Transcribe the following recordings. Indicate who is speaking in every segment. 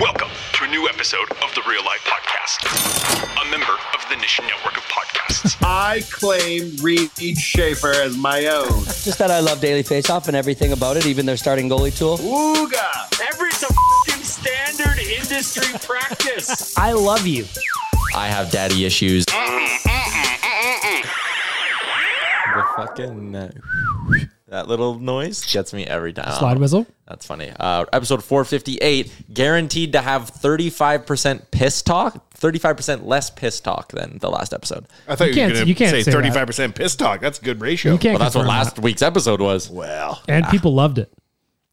Speaker 1: Welcome to a new episode of the Real Life Podcast, a member of the Nation Network of Podcasts.
Speaker 2: I claim Reed Schaefer as my own.
Speaker 3: Just that I love Daily Faceoff and everything about it, even their starting goalie tool.
Speaker 2: Ooga!
Speaker 4: Everett's a f***ing standard industry practice.
Speaker 5: I love you.
Speaker 6: I have daddy issues. the fucking uh, that little noise gets me every time.
Speaker 5: Slide whistle.
Speaker 6: That's funny. Uh, episode 458 guaranteed to have 35% piss talk, 35% less piss talk than the last episode.
Speaker 7: I thought you,
Speaker 5: can't-
Speaker 7: were going
Speaker 5: you
Speaker 7: to
Speaker 5: can't
Speaker 7: say
Speaker 5: say that.
Speaker 7: thirty five percent piss talk. That's a good ratio.
Speaker 5: You can't.
Speaker 6: Well, that's what
Speaker 5: confirm
Speaker 6: last week's episode was.
Speaker 7: Well,
Speaker 5: that. And people loved it.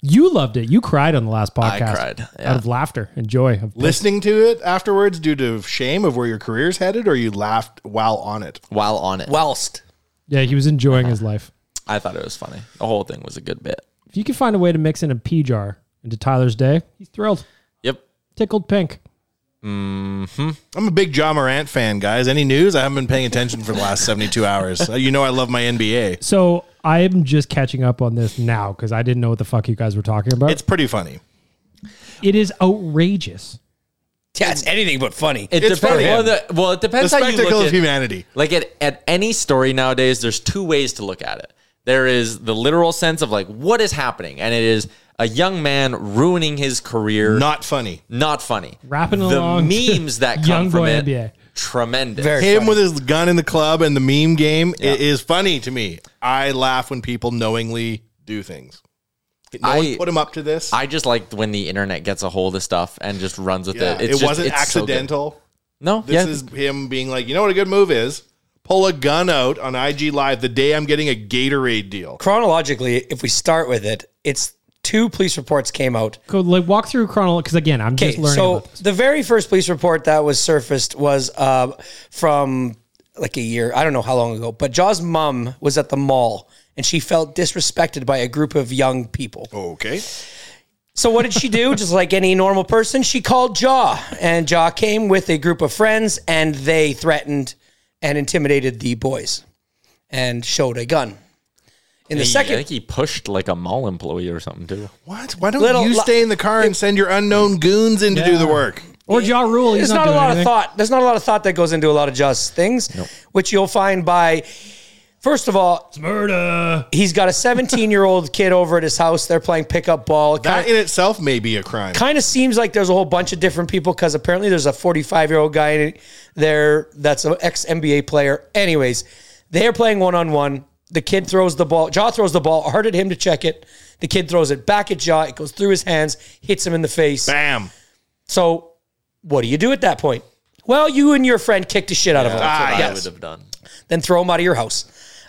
Speaker 5: You loved it. You cried on the last
Speaker 6: I
Speaker 5: podcast.
Speaker 6: cried, yeah.
Speaker 5: out of laughter and joy. Of
Speaker 7: listening to it afterwards due to shame of where your career's headed, or you laughed while on it.
Speaker 6: While on it,
Speaker 8: Whilst
Speaker 5: yeah, he was enjoying his life.
Speaker 6: I thought it was funny. The whole thing was a good bit.
Speaker 5: If you can find a way to mix in a pea jar into Tyler's day, he's thrilled,
Speaker 6: Yep.
Speaker 5: tickled pink.
Speaker 7: I'm a big John Morant fan, guys. Any news? I haven't been paying attention for the last seventy two hours. Uh, You know, I love my NBA.
Speaker 5: So I'm just catching up on this now because I didn't know what the fuck you guys were talking about.
Speaker 7: It's pretty funny.
Speaker 5: it is outrageous.
Speaker 8: yeah, it's anything but funny.
Speaker 6: It
Speaker 7: It's
Speaker 6: depends.
Speaker 7: funny.
Speaker 6: Well, the- well, it
Speaker 7: The
Speaker 6: depends how you
Speaker 7: spectacle
Speaker 6: look at
Speaker 7: of humanity.
Speaker 6: Like at, at any story nowadays, there's two ways to look at it. There is the literal sense of like what is happening, and it is a young man ruining his career.
Speaker 7: Not funny.
Speaker 6: not funny.
Speaker 5: Rapping
Speaker 6: the
Speaker 5: along to
Speaker 6: memes that come
Speaker 5: Young
Speaker 6: from
Speaker 5: Boy
Speaker 6: it,
Speaker 5: NBA.
Speaker 6: tremendous.
Speaker 8: Very
Speaker 7: Him
Speaker 8: funny.
Speaker 7: with his gun in the club and the meme game i- is funny to me. I laugh when people knowingly do things. No
Speaker 6: I-
Speaker 7: one put him up to this.
Speaker 6: I just like when the internet gets a hold of stuff and just runs with
Speaker 7: Yeah,
Speaker 6: it.
Speaker 7: it
Speaker 6: It's just-
Speaker 7: wasn't
Speaker 6: it's so good.
Speaker 7: accidental.
Speaker 6: no,
Speaker 7: This
Speaker 6: yeah.
Speaker 7: is him being like, you know what a good move is? Pull a gun out on IG Live the day I'm getting a Gatorade deal.
Speaker 8: Chronologically, if we start with it, it's two police reports came out.
Speaker 5: Go like walk through chronology because again, I'm just
Speaker 8: Okay,
Speaker 5: learning.
Speaker 8: so
Speaker 5: about this.
Speaker 8: the very first police report that was surfaced was uh, from like a year, I don't know how long ago, but Jaws' mom was at the mall and she felt disrespected by a group of young people.
Speaker 7: Okay.
Speaker 8: So what did she do? Just like any normal person, she called Jaw, and Jaw came with a group of friends, and they threatened and intimidated the boys, and showed a gun. In the
Speaker 6: He- I
Speaker 8: second,
Speaker 6: think he pushed like a mall employee or something too.
Speaker 7: What? Why don't
Speaker 8: Little
Speaker 7: you
Speaker 8: li-
Speaker 7: stay in the car and send your unknown goons in to do the work?
Speaker 5: or Ja Rule,
Speaker 8: there's
Speaker 5: he's
Speaker 8: not, a
Speaker 5: not, doing
Speaker 8: lot
Speaker 5: anything.
Speaker 8: of thought. There's not a lot of thought that goes into a lot of Jaw's things, which you'll find by. First of all,
Speaker 5: It's murder.
Speaker 8: he's got a 17 year old kid over at his house. They're playing pickup ball.
Speaker 7: That in itself may be a crime.
Speaker 8: kind of seems like there's a whole bunch of different people because apparently there's a 45 year old guy in there that's an ex NBA player. Anyways, they're playing one on one. The kid throws the ball. Jaw throws the ball hard at him to check it. The kid throws it back at Jaw. It goes through his hands, hits him in the face.
Speaker 7: Bam.
Speaker 8: So, what do you do at that point? Well, you and your friend kicked the shit out of him.
Speaker 7: Ah,
Speaker 9: I
Speaker 7: yes.
Speaker 9: would have done.
Speaker 8: Then throw him out of your house.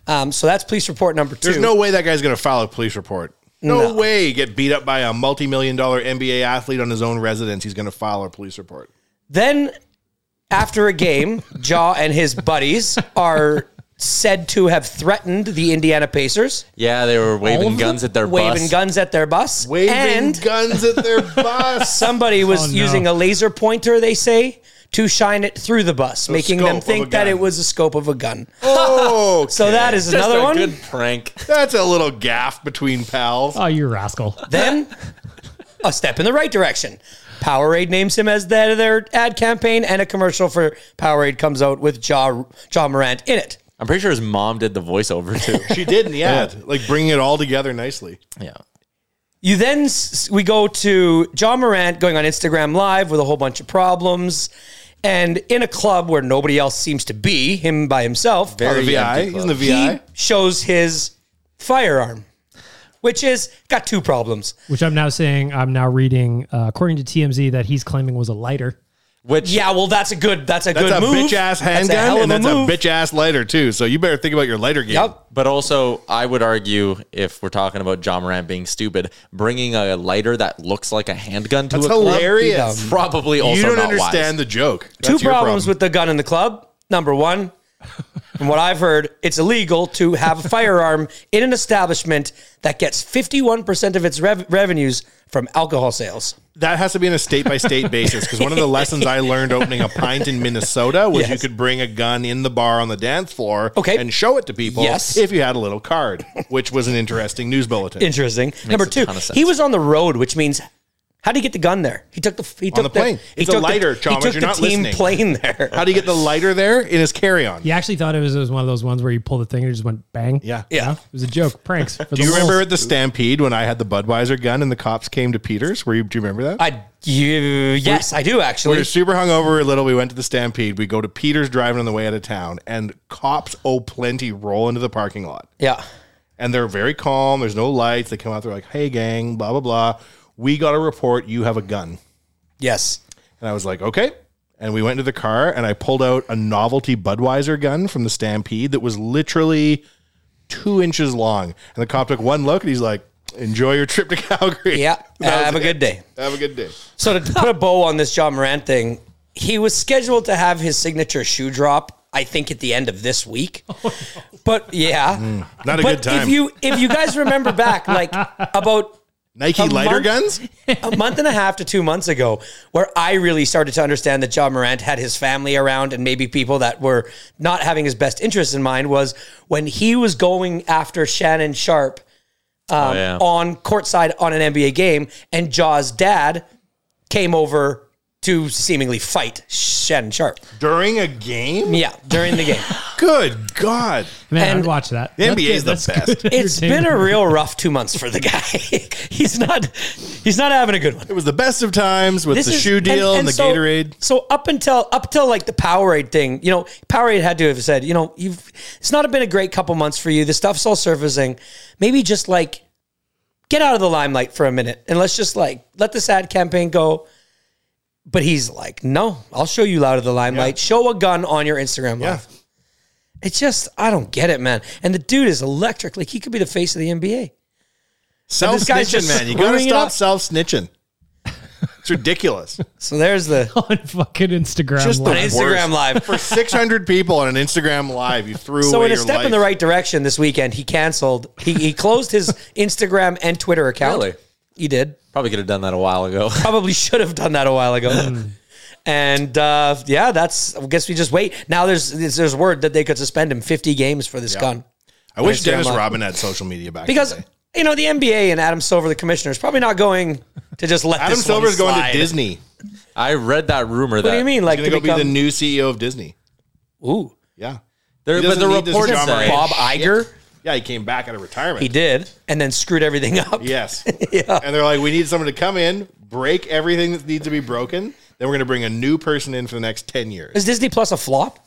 Speaker 8: Um, so that's police report number two.
Speaker 7: There's no way that guy's going to file a police report. No, way get beat up by a multi-million dollar NBA athlete on his own residence. He's going to file a police report.
Speaker 8: Then, after a game, Jaw and his buddies are said to have threatened the Indiana Pacers,
Speaker 9: Yeah, they were waving guns at their
Speaker 8: waving
Speaker 9: bus.
Speaker 8: guns at their bus,
Speaker 7: Waving
Speaker 8: and
Speaker 7: guns at their bus.
Speaker 8: somebody was
Speaker 5: Oh, no.
Speaker 8: using a laser pointer. They say to shine it through the bus, making
Speaker 7: scope
Speaker 8: them
Speaker 7: of a
Speaker 8: think that
Speaker 7: gun.
Speaker 8: it was a scope of a gun.
Speaker 7: Oh,
Speaker 8: So that is
Speaker 9: Just
Speaker 8: another
Speaker 9: a
Speaker 8: one.
Speaker 9: good prank.
Speaker 7: that's a little gaff between pals.
Speaker 5: Oh, you rascal.
Speaker 8: Then a step in the right direction. Powerade names him as the, their ad campaign, and a commercial for Powerade comes out with Jaw Jaw Morant in it.
Speaker 9: I'm pretty sure his mom did the voiceover too.
Speaker 7: She did in the ad, like bringing it all together nicely.
Speaker 9: yeah.
Speaker 8: You then s- we go to John Morant going on Instagram Live with a whole bunch of problems, and in a club where nobody else seems to be, him by
Speaker 7: Oh,
Speaker 8: himself,
Speaker 7: the
Speaker 9: Very
Speaker 7: VI,
Speaker 9: empty
Speaker 7: he's in the
Speaker 9: club.
Speaker 7: VI.
Speaker 8: shows his firearm, which is got two problems.
Speaker 5: Which I'm now saying, I'm now reading, uh, according to TMZ, that he's claiming was a lighter.
Speaker 9: Which
Speaker 8: Yeah, well, that's a good that's a
Speaker 7: That's
Speaker 8: good
Speaker 7: a
Speaker 8: move.
Speaker 7: bitch ass
Speaker 8: That's a
Speaker 7: handgun,
Speaker 8: hell of
Speaker 7: and
Speaker 8: a
Speaker 7: that's
Speaker 8: move.
Speaker 7: a bitch ass lighter too. So you better think about your lighter game.
Speaker 8: Yep.
Speaker 9: But also, I would argue if we're talking about John Morant being stupid, bringing a lighter that looks like a handgun to
Speaker 7: That's
Speaker 9: a club
Speaker 7: hilarious.
Speaker 9: is probably also
Speaker 7: you don't
Speaker 9: not
Speaker 7: understand
Speaker 9: wise.
Speaker 7: the joke. That's
Speaker 8: two
Speaker 7: your
Speaker 8: problems
Speaker 7: problem.
Speaker 8: with the gun in the club. Number one, from what I've heard, it's illegal to have a firearm in an establishment that gets 51% of its rev- revenues from alcohol sales.
Speaker 7: that has to be on a state by state basis because one of the lessons I learned opening a pint in Minnesota was
Speaker 8: Yes.
Speaker 7: you could bring a gun in the bar on the dance floor
Speaker 8: Okay.
Speaker 7: and show it to people
Speaker 8: Yes.
Speaker 7: if you had a little card, which was an interesting news bulletin.
Speaker 8: Interesting. Number
Speaker 9: a
Speaker 8: two,
Speaker 9: ton of sense.
Speaker 8: he was on the road, which means how did he get the gun there? He took the he took
Speaker 7: the plane.
Speaker 8: He
Speaker 7: It's a
Speaker 8: took
Speaker 7: lighter,
Speaker 8: the,
Speaker 7: Chalmers,
Speaker 8: He took
Speaker 7: you're
Speaker 8: the
Speaker 7: not
Speaker 8: team
Speaker 7: listening.
Speaker 8: plane there.
Speaker 7: How do you get the lighter there in his carry on?
Speaker 5: He actually thought it was, it was one of those ones where you pull the thing and it just went bang.
Speaker 7: Yeah.
Speaker 8: Yeah.
Speaker 5: It was a joke. Pranks. For
Speaker 8: Oh.
Speaker 7: Do you remember at the stampede when I had the Budweiser gun and the cops came to Peters? Were you, do you remember that?
Speaker 8: I you, yes, I do
Speaker 7: we
Speaker 8: actually.
Speaker 7: were super hungover. we were little. We went to the Stampede. We go to Peter's driving on the way out of town, and cops oh plenty roll into the parking lot.
Speaker 8: yeah.
Speaker 7: and they're very calm. There's no lights. They come out. They're like, "Hey, gang, blah blah blah. We got a report. You have a gun."
Speaker 8: Yes.
Speaker 7: And I was like, "Okay." And we went into the car, and I pulled out a novelty Budweiser gun from the Stampede that was literally two inches long. And the cop took one look, and he's like, "Enjoy your trip to Calgary.
Speaker 8: Yeah.
Speaker 7: That was
Speaker 8: have a
Speaker 7: it.
Speaker 8: good day.
Speaker 7: Have a good day."
Speaker 8: So to put a bow on this John Morant thing, he was scheduled to have his signature shoe drop. I think at the end of this week, but yeah,
Speaker 7: Not Mm. a
Speaker 8: but
Speaker 7: good time.
Speaker 8: if you if you guys remember back, like about
Speaker 7: Nike lighter
Speaker 8: month-
Speaker 7: guns.
Speaker 8: a month and a half to two months ago, where I really started to understand that John Morant had his family around and maybe people that were not having his best interests in mind was when he was going after Shannon Sharp um,
Speaker 9: yeah.
Speaker 8: on courtside on an NBA game, and Jaw's dad came over to seemingly fight Shannon Sharp.
Speaker 7: During a game?
Speaker 8: Yeah, during the game.
Speaker 7: Good God.
Speaker 5: Man,
Speaker 8: and-
Speaker 5: I'd watch that.
Speaker 7: The NBA is the
Speaker 5: that's good
Speaker 7: best.
Speaker 8: It's been a
Speaker 5: entertainment.
Speaker 8: real rough two months for the guy. he's not he's not having a good one.
Speaker 7: It was the best of times with the
Speaker 8: is-
Speaker 7: shoe deal and, the
Speaker 8: so-
Speaker 7: Gatorade.
Speaker 8: So up until up until like the Powerade thing, you know, Powerade had to have said, you know, you've it's not been a great couple months for you. The stuff's all surfacing. Maybe just like get out of the limelight for a minute and let's just like let this ad campaign go. But he's like, no, I'll show you out of the limelight. Show a gun on your Instagram
Speaker 7: Yeah.
Speaker 8: live. It's just I don't get it, man. And the dude is electric. Like he could be the face of the NBA.
Speaker 7: Self
Speaker 8: this guy's
Speaker 7: snitching,
Speaker 8: just
Speaker 7: man. You gotta
Speaker 8: screwing it
Speaker 7: stop
Speaker 8: up.
Speaker 7: self snitching. It's ridiculous.
Speaker 8: So there's the
Speaker 5: on fucking Instagram.
Speaker 7: Just the
Speaker 5: Live.
Speaker 8: Instagram
Speaker 7: worst.
Speaker 8: live.
Speaker 7: For 600 people on an Instagram live, you threw
Speaker 8: So
Speaker 7: away
Speaker 8: in a
Speaker 7: your
Speaker 8: step
Speaker 7: life.
Speaker 8: in the right direction this weekend, he canceled. He, he closed his Instagram and Twitter account.
Speaker 9: Really?
Speaker 8: He did.
Speaker 9: Probably could have done that a while ago.
Speaker 8: Probably should have done that a while ago.
Speaker 7: Hmm.
Speaker 8: and uh, yeah, that's. I guess we just wait. Now there's there's- there's word that they could suspend him 50 games for this gun
Speaker 7: I wish Dennis
Speaker 8: Instagram live.
Speaker 7: Robin had social media back
Speaker 8: because.
Speaker 7: in the day.
Speaker 8: You know the NBA and Adam Silver, the commissioner, is probably not going to just let
Speaker 7: Adam
Speaker 8: this
Speaker 7: Silver's
Speaker 8: one
Speaker 7: going
Speaker 8: slide.
Speaker 7: to Disney.
Speaker 9: I read that rumor that
Speaker 8: What do you mean? Like
Speaker 7: He's going to go
Speaker 8: to become
Speaker 7: be the new CEO of Disney.
Speaker 8: ooh
Speaker 7: Yeah.
Speaker 9: There,
Speaker 7: He
Speaker 9: but
Speaker 7: doesn't
Speaker 9: the
Speaker 7: need this
Speaker 9: reports
Speaker 7: John
Speaker 9: say
Speaker 7: Morant.
Speaker 8: Bob Iger?
Speaker 7: Yeah, he came back out of retirement.
Speaker 8: He did, and then screwed everything up.
Speaker 7: Yes.
Speaker 8: Yeah.
Speaker 7: And they're like, we need someone to come in, break everything that needs to be broken. Then we're going to bring a new person in for the next 10 years.
Speaker 8: Is Disney Plus a flop?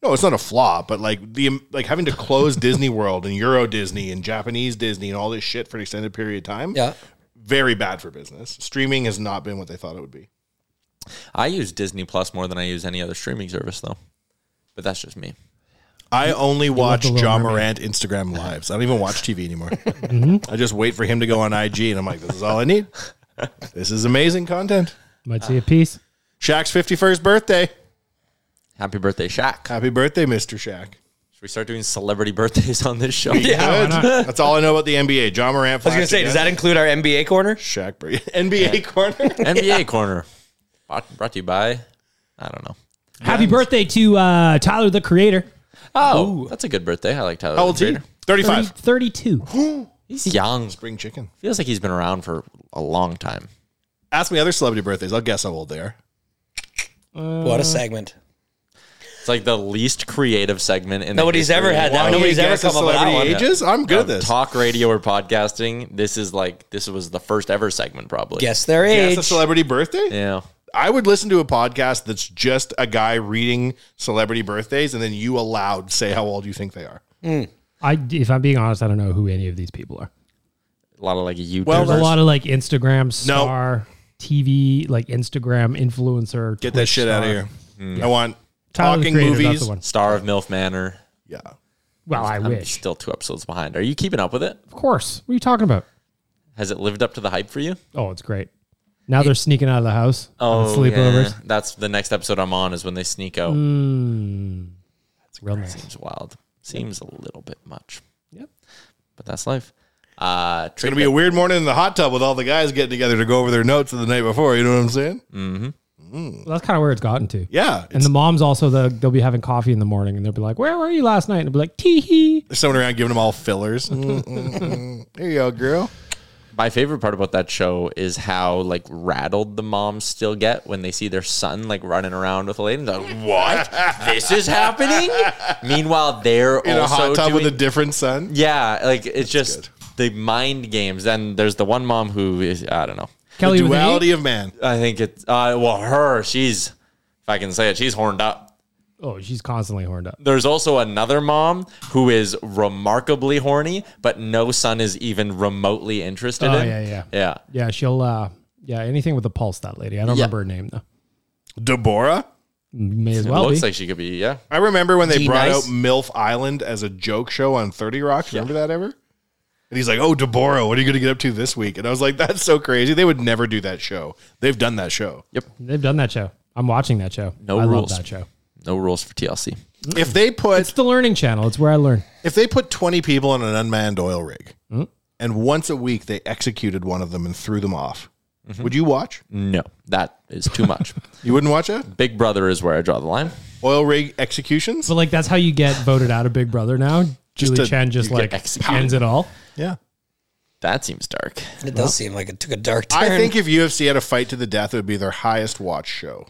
Speaker 7: No, it's not a flaw, but like the like having to close Disney World and Euro Disney and Japanese Disney and all this shit for an extended period of time.
Speaker 8: Yeah.
Speaker 7: Very bad for business. Streaming has not been what they thought it would be.
Speaker 9: I use Disney Plus more than I use any other streaming service, though. But that's just me.
Speaker 7: I only watch
Speaker 5: The Little
Speaker 7: John
Speaker 5: Mermaid.
Speaker 7: Morant Instagram lives. I don't even watch TV anymore.
Speaker 8: Mm-hmm.
Speaker 7: I just wait for him to go on IG, and I'm like, this is all I need. This is amazing content.
Speaker 5: Might see a piece.
Speaker 7: Shaq's 51st birthday.
Speaker 9: Happy birthday, Shaq.
Speaker 8: Uh,
Speaker 7: Happy birthday, Mr. Shaq.
Speaker 9: Should we start doing celebrity birthdays on this show?
Speaker 7: Good. That's all I know about the NBA. John Morant.
Speaker 8: I was going to say, does that include our NBA corner?
Speaker 7: Shaq Bur- NBA corner?
Speaker 9: NBA Corner. Brought, brought to you by, I don't know.
Speaker 5: Happy birthday to uh, Tyler the Creator.
Speaker 9: Oh, that's a good birthday. I like Tyler.
Speaker 7: How old's
Speaker 9: the
Speaker 7: he?
Speaker 9: Creator.
Speaker 5: 30,
Speaker 7: 35.
Speaker 5: 32.
Speaker 9: He's young.
Speaker 7: Spring chicken.
Speaker 9: Feels like he's been around for a long time.
Speaker 7: Ask me other celebrity birthdays. I'll guess how old they are. Mm.
Speaker 8: What a segment.
Speaker 9: It's like the least creative segment in the
Speaker 8: Nobody's ever
Speaker 9: history
Speaker 8: had that.
Speaker 7: Want me to
Speaker 8: Nobody's ever
Speaker 7: guess the
Speaker 8: come up with that
Speaker 7: celebrity
Speaker 8: one.
Speaker 7: ages? I'm good
Speaker 9: of
Speaker 7: at this.
Speaker 9: talk radio or podcasting. This is like this was the first ever segment, probably.
Speaker 8: Guess their
Speaker 7: Guess
Speaker 8: age.
Speaker 7: a celebrity birthday?
Speaker 9: Yeah.
Speaker 7: I would listen to a podcast that's just a guy reading celebrity birthdays, and then you aloud say how old you think they are.
Speaker 5: I, if I'm being honest, I don't know who any of these people are.
Speaker 9: A lot of like YouTubers.
Speaker 5: There's a lot of like Instagram star, TV, like Instagram influencer.
Speaker 7: Get that
Speaker 5: Twitch
Speaker 7: shit out of
Speaker 5: star.
Speaker 7: here. uh, Mm. I want
Speaker 5: Tyler the
Speaker 7: talking
Speaker 5: Creator, that's
Speaker 7: movies.
Speaker 5: the one.
Speaker 9: Star of MILF Manor.
Speaker 7: Yeah.
Speaker 5: Well, I
Speaker 9: I'm
Speaker 5: wish.
Speaker 9: still two episodes behind. Are you keeping up with it?
Speaker 5: Of course. What are you talking about?
Speaker 9: Has it lived up to the hype for you?
Speaker 5: Oh, it's great. Now they're sneaking out of the house. on sleepovers.
Speaker 9: Oh, yeah. That's the next episode I'm on is when they sneak out.
Speaker 5: Mm. That's real nice.
Speaker 9: Seems wild. Seems a little bit much.
Speaker 5: Yep.
Speaker 9: But that's life. Uh,
Speaker 7: It's going to be a weird morning in the hot tub with all the guys getting together to go over their notes of the night before. You know what I'm saying?
Speaker 5: Well, that's kind of where it's gotten to.
Speaker 7: Yeah.
Speaker 5: And the mom's also the they'll be having coffee in the morning and they'll be like, "Where were you last night?" And they'll be like, "Tee hee."
Speaker 7: There's someone around giving them all fillers. Mm, mm,
Speaker 5: Mm-hmm.
Speaker 7: mm. There you go, girl.
Speaker 9: my favorite part about that show is how like rattled the moms still get when they see their son like running around with a lady. They're like, what? this is happening? Meanwhile, they're
Speaker 7: In
Speaker 9: also
Speaker 7: a hot tub
Speaker 9: doing,
Speaker 7: with a different son.
Speaker 9: yeah, like it's just the mind games. And there's the one mom who is I don't know.
Speaker 5: Kelly with an
Speaker 7: Duality
Speaker 5: E?
Speaker 7: of man.
Speaker 9: I think it's uh, well her. She's if I can say it, she's horned up.
Speaker 5: Oh, she's constantly horned up.
Speaker 9: There's also another mom who is remarkably horny, but no son is even remotely interested
Speaker 5: Oh,
Speaker 9: in.
Speaker 5: yeah, yeah.
Speaker 9: yeah.
Speaker 5: Yeah, she'll uh yeah, anything with a pulse that lady. I don't
Speaker 9: Yeah.
Speaker 5: remember her name though.
Speaker 7: Deborah.
Speaker 5: May as
Speaker 9: It
Speaker 5: well
Speaker 9: looks
Speaker 5: be.
Speaker 9: like she could be, yeah.
Speaker 7: I remember when they
Speaker 8: Gee,
Speaker 7: brought
Speaker 8: nice.
Speaker 7: out MILF Island as a joke show on 30 Rock. Remember that ever? And he's like, Oh, Deborah, what are you going to get up to this week? And I was like, That's so crazy. They would never do that show. They've done that show.
Speaker 5: They've done that show. I'm watching that show.
Speaker 9: No
Speaker 5: I
Speaker 9: rules.
Speaker 5: love that show.
Speaker 9: No rules for TLC.
Speaker 7: If they
Speaker 5: It's
Speaker 7: put
Speaker 5: the learning channel. It's where I learn.
Speaker 7: if they put 20 people on an unmanned oil rig and once a week they executed one of them and threw them off, would you watch?
Speaker 9: No, that is too much.
Speaker 7: You wouldn't watch that?
Speaker 9: Big Brother is where I draw the line.
Speaker 7: Oil rig executions?
Speaker 5: But like that's how you get voted out of Big Brother now.
Speaker 7: Just
Speaker 5: Julie
Speaker 7: to-
Speaker 5: Chen just
Speaker 9: you get
Speaker 5: like
Speaker 9: executed.
Speaker 5: ends it all.
Speaker 7: Yeah.
Speaker 9: That seems dark.
Speaker 8: It does seem like it took a dark turn.
Speaker 7: I think if UFC had a fight to the death, it would be their highest watch show.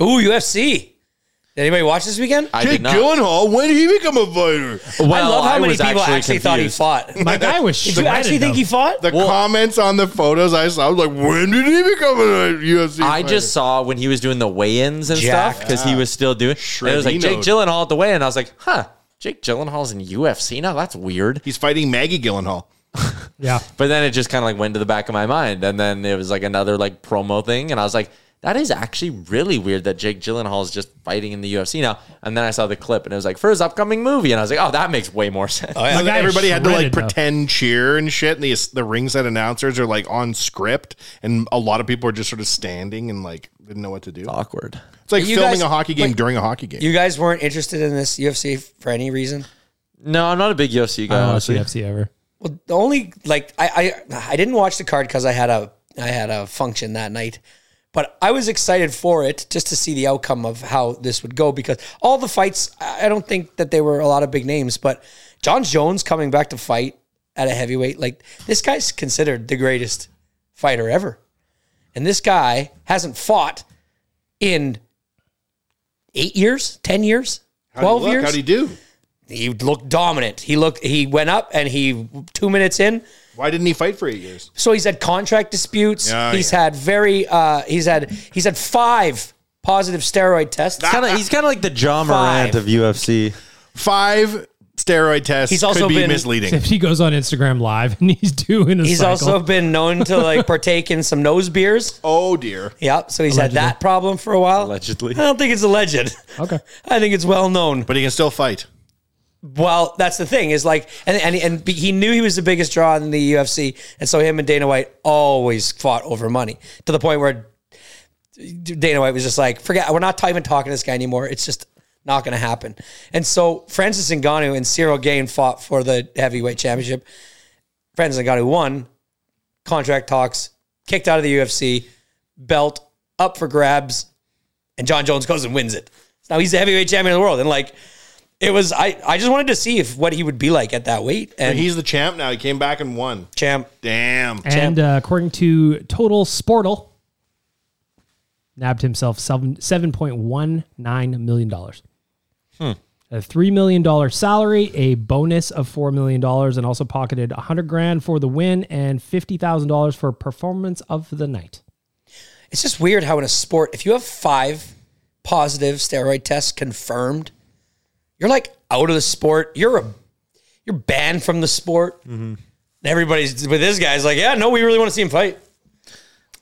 Speaker 8: Ooh, UFC. Did anybody watch this weekend? I,
Speaker 9: I did not.
Speaker 7: Gyllenhaal, when did he become a fighter?
Speaker 9: Well,
Speaker 8: love how
Speaker 9: I
Speaker 8: many
Speaker 9: was
Speaker 8: people actually, thought he
Speaker 9: confused.
Speaker 8: fought.
Speaker 5: My guy was
Speaker 8: Did you actually think he fought?
Speaker 7: The comments on the photos I saw, I was like, when did he become uh, a UFC
Speaker 9: I
Speaker 7: fighter?
Speaker 9: just saw when he was doing the weigh-ins and stuff
Speaker 8: Jacked.
Speaker 9: because he was still doing. and It was like Jake
Speaker 7: Shredino'd.
Speaker 9: Gyllenhaal at the weigh-in. I was like, huh, Jake Gyllenhaal's in UFC now. That's weird.
Speaker 7: He's fighting Maggie Gyllenhaal.
Speaker 5: Yeah.
Speaker 9: But then it just kind of like went to the back of my mind, and then it was like another like promo thing, and I was like, that is actually really weird that Jake Gyllenhaal is just fighting in the UFC now. And then I saw the clip, and it was like for his upcoming movie, and I was like, oh, that makes way more sense.
Speaker 7: Oh, yeah.
Speaker 5: guy
Speaker 7: Everybody had to like
Speaker 5: shredded, though.
Speaker 7: pretend cheer and shit. And the, the ringside announcers are like on script. And a lot of people are just sort of standing and like didn't know what to do.
Speaker 9: Awkward.
Speaker 7: It's like
Speaker 8: You
Speaker 7: filming
Speaker 8: guys-
Speaker 7: a hockey game
Speaker 8: like-
Speaker 7: during a hockey game.
Speaker 8: You guys weren't interested in this UFC f- for any reason?
Speaker 9: No, I'm not a big UFC guy.
Speaker 5: Oh, I don't watch
Speaker 9: honestly,
Speaker 5: UFC ever.
Speaker 8: Well, the only like I I, I didn't watch the card because I had a I had a function that night, but I was excited for it just to see the outcome of how this would go because all the fights I I don't think that they were a lot of big names, but John Jones coming back to fight at a heavyweight like this guy's considered the greatest fighter ever, and this guy hasn't fought in eight years, ten years,
Speaker 7: How'd he
Speaker 8: twelve
Speaker 7: look?
Speaker 8: years
Speaker 7: How'd he do?
Speaker 8: he looked dominant. He looked he went up and he two minutes in.
Speaker 7: Why didn't he fight for eight years?
Speaker 8: So he's had contract disputes.
Speaker 7: Yeah,
Speaker 8: he's
Speaker 7: yeah.
Speaker 8: had very uh he's had he's had five positive steroid test.
Speaker 9: Kinda, he's kind of like the John
Speaker 8: Five.
Speaker 9: Morant of UFC.
Speaker 7: Five steroid tests
Speaker 8: He's also
Speaker 7: could be
Speaker 8: been-
Speaker 7: misleading.
Speaker 5: If he goes on Instagram live and he's doing a
Speaker 8: He's
Speaker 5: cycle.
Speaker 8: also been known to like partake in some nose beers.
Speaker 7: Oh dear.
Speaker 8: Yep. So he's
Speaker 5: Allegedly.
Speaker 8: had that problem for a while.
Speaker 9: Allegedly.
Speaker 8: I don't think it's a legend.
Speaker 5: okay.
Speaker 8: I think it's well known.
Speaker 7: But he can still fight.
Speaker 8: Well, that's the thing is like, and and and be- he knew he was the biggest draw in the UFC, and so him and Dana White always fought over money to the point where Dana White was just like, forget, we're not ta- even talking to this guy anymore. It's just not going to happen. And so Francis Ngannou and Cyril Gain fought for the heavyweight championship. Francis Ngannou won. Contract talks, kicked out of the UFC, belt up for grabs, and John Jones goes and wins it. So now he's the heavyweight champion of the world, and like it was I, I just wanted to see if what he would be like at that weight and he's
Speaker 7: he's the champ now. He came back and won.
Speaker 8: champ
Speaker 7: Damn.
Speaker 5: And uh, according to Total Sportle, nabbed himself seven seven point one nine million dollars.
Speaker 8: Hmm.
Speaker 5: A three million dollar salary, a bonus of four million dollars, and also pocketed a hundred grand for the win and fifty thousand dollars for performance of the night.
Speaker 8: it's just weird how in a sport if you have five positive steroid tests confirmed you're like out of the sport you're a you're banned from the sport everybody's with this guy's like yeah no we really want to see him fight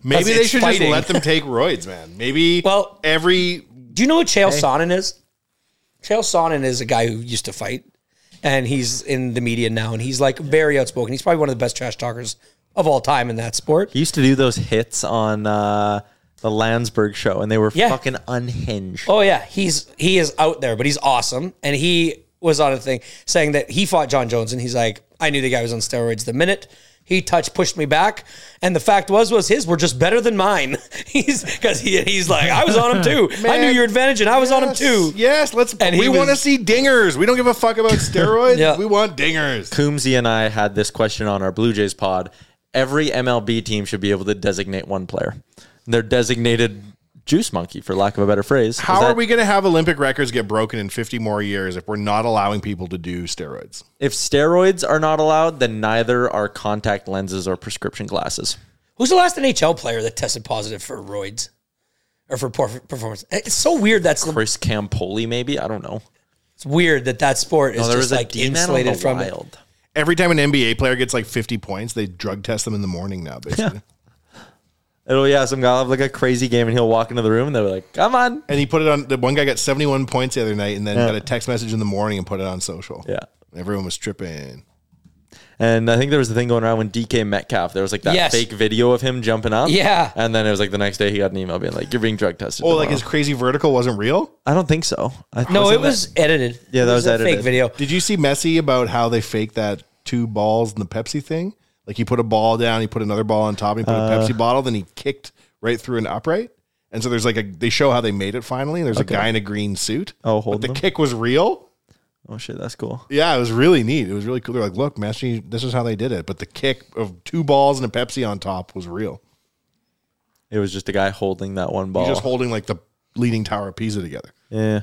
Speaker 7: Maybe
Speaker 8: That's-
Speaker 7: they
Speaker 8: it's
Speaker 7: should just
Speaker 8: fighting.
Speaker 7: let them take roids, man. Maybe
Speaker 8: Well-
Speaker 7: every
Speaker 8: do you know who chael sonnen is chael sonnen is a guy who used to fight and he's in the media now and he's like very outspoken he's probably one of the best trash talkers of all time in that sport
Speaker 9: He used to do those hits on uh, the Landsberg show, and they were
Speaker 8: Yeah.
Speaker 9: fucking unhinged.
Speaker 8: Oh yeah, he's he is out there, but he's awesome. And he was on a thing saying that he fought John Jones, and he's like, I knew the guy was on steroids the minute he touched pushed me back, and the fact was was his were just better than mine. he's because he, he's like, I was on him too. I knew your advantage, and I was on him
Speaker 7: Yes,
Speaker 8: too.
Speaker 7: Yes, let's.
Speaker 8: And he
Speaker 7: we want to
Speaker 8: was-
Speaker 7: see dingers. We don't give a fuck about steroids.
Speaker 8: Yeah.
Speaker 7: We want dingers.
Speaker 9: Coombsy and I had this question on our Blue Jays pod. Every MLB team should be able to designate one player. They're designated juice monkey, for lack of a better phrase. Is
Speaker 7: How are
Speaker 9: that-
Speaker 7: we going to have Olympic records get broken in 50 more years if we're not allowing people to do steroids?
Speaker 9: If steroids are not allowed, then neither are contact lenses or prescription glasses.
Speaker 8: Who's the last NHL player that tested positive for roids or for poor performance? It's so weird. That's
Speaker 9: Chris Campoli, maybe I don't know.
Speaker 8: it's weird that that sport is
Speaker 9: No, there
Speaker 8: just
Speaker 9: was
Speaker 8: like
Speaker 9: a D-man on the
Speaker 8: insulated from it.
Speaker 9: wild.
Speaker 7: Every time an NBA player gets like 50 points, they drug test them in the morning now, basically.
Speaker 9: It'll yeah, some guy will have like a crazy game, and he'll walk into the room, and they'll be like, "Come on,
Speaker 7: And he put it on. The one guy got 71 points the other night, and then got a text message in the morning and put it on social.
Speaker 9: yeah."
Speaker 7: Everyone was tripping.
Speaker 9: And I think there was a thing going around when DK Metcalf. There was like that
Speaker 8: Yes.
Speaker 9: fake video of him jumping up.
Speaker 8: Yeah.
Speaker 9: And then it was like the next day he got an email being like, "You're being drug tested."
Speaker 7: Oh, like
Speaker 9: tomorrow."
Speaker 7: his crazy vertical wasn't real?
Speaker 9: I don't think so. I
Speaker 8: No, it
Speaker 9: wasn't
Speaker 8: was edited.
Speaker 9: Yeah,
Speaker 8: It
Speaker 9: that was
Speaker 8: a
Speaker 9: edited.
Speaker 8: fake video.
Speaker 7: Did you see Messi about how they faked that two balls in the Pepsi thing? Like he put a ball down, he put another ball on top, and he put
Speaker 9: Uh.
Speaker 7: a Pepsi bottle, then he kicked right through an upright. And so there's like a they show how they made it finally. and There's a guy in a green suit.
Speaker 9: Oh,
Speaker 7: but
Speaker 9: holding
Speaker 7: the
Speaker 9: them?
Speaker 7: kick was real.
Speaker 9: Oh shit, that's cool.
Speaker 7: Yeah, it was really neat. It was really cool. They're like, look, Messi, this is how they did it. But the kick of two balls and a Pepsi on top was real.
Speaker 9: It was just a guy holding that one ball.
Speaker 7: He's just holding like the leaning tower of Pisa together.
Speaker 9: yeah,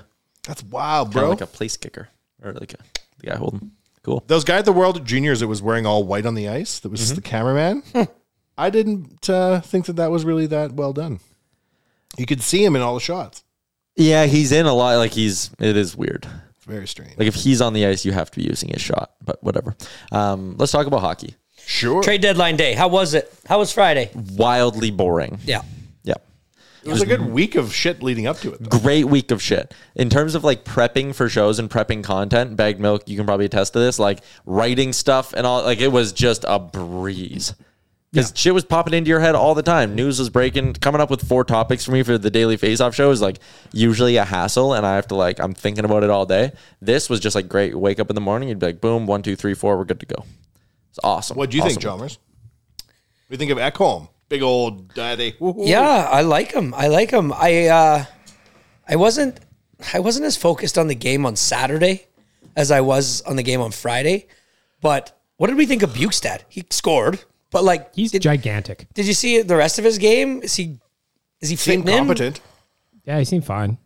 Speaker 7: That's wild,
Speaker 9: kind
Speaker 7: bro.
Speaker 9: of like a place kicker or like a the guy holding. Cool.
Speaker 7: Those guy at the World Juniors that was wearing all white on the ice, that was
Speaker 8: Mm-hmm.
Speaker 7: the cameraman. I didn't uh, think that that was really that well done. You could see him in all the shots.
Speaker 9: Yeah, he's in a lot. Like he's it is weird.
Speaker 7: It's very strange.
Speaker 9: Like if he's on the ice, you have to be using his shot. But whatever. Um, let's talk about hockey.
Speaker 7: sure.
Speaker 8: Trade deadline day. How was it? How was Friday?
Speaker 9: Wildly boring.
Speaker 8: Yeah.
Speaker 9: Yeah.
Speaker 7: it was a good week of shit leading up to it. Though.
Speaker 9: Great week of shit. In terms of like prepping for shows and prepping content, bagged milk, you can probably attest to this, like writing stuff and all like it was just a breeze. Because shit was popping into your head all the time. News was breaking. Coming up with four topics for me for the daily face off show is like usually a hassle, and I have to like I'm thinking about it all day. This was just like great. You Wake up in the morning, you'd be like, boom, one, two, three, four, we're good to go. It's awesome.
Speaker 7: What do you think,
Speaker 9: Awesome.
Speaker 7: Chalmers? What do you think of Ekholm? Big old daddy. Woo-hoo.
Speaker 8: Yeah, I like him. I like him. I uh, I wasn't I wasn't as focused on the game on Saturday as I was on the game on Friday. But what did we think of Bukestad? He scored, but like,
Speaker 5: He's
Speaker 8: did,
Speaker 5: gigantic.
Speaker 8: did you see the rest of his game? Is he is he
Speaker 7: Seemed
Speaker 8: fitting in?
Speaker 7: competent.
Speaker 5: Yeah, he seemed fine.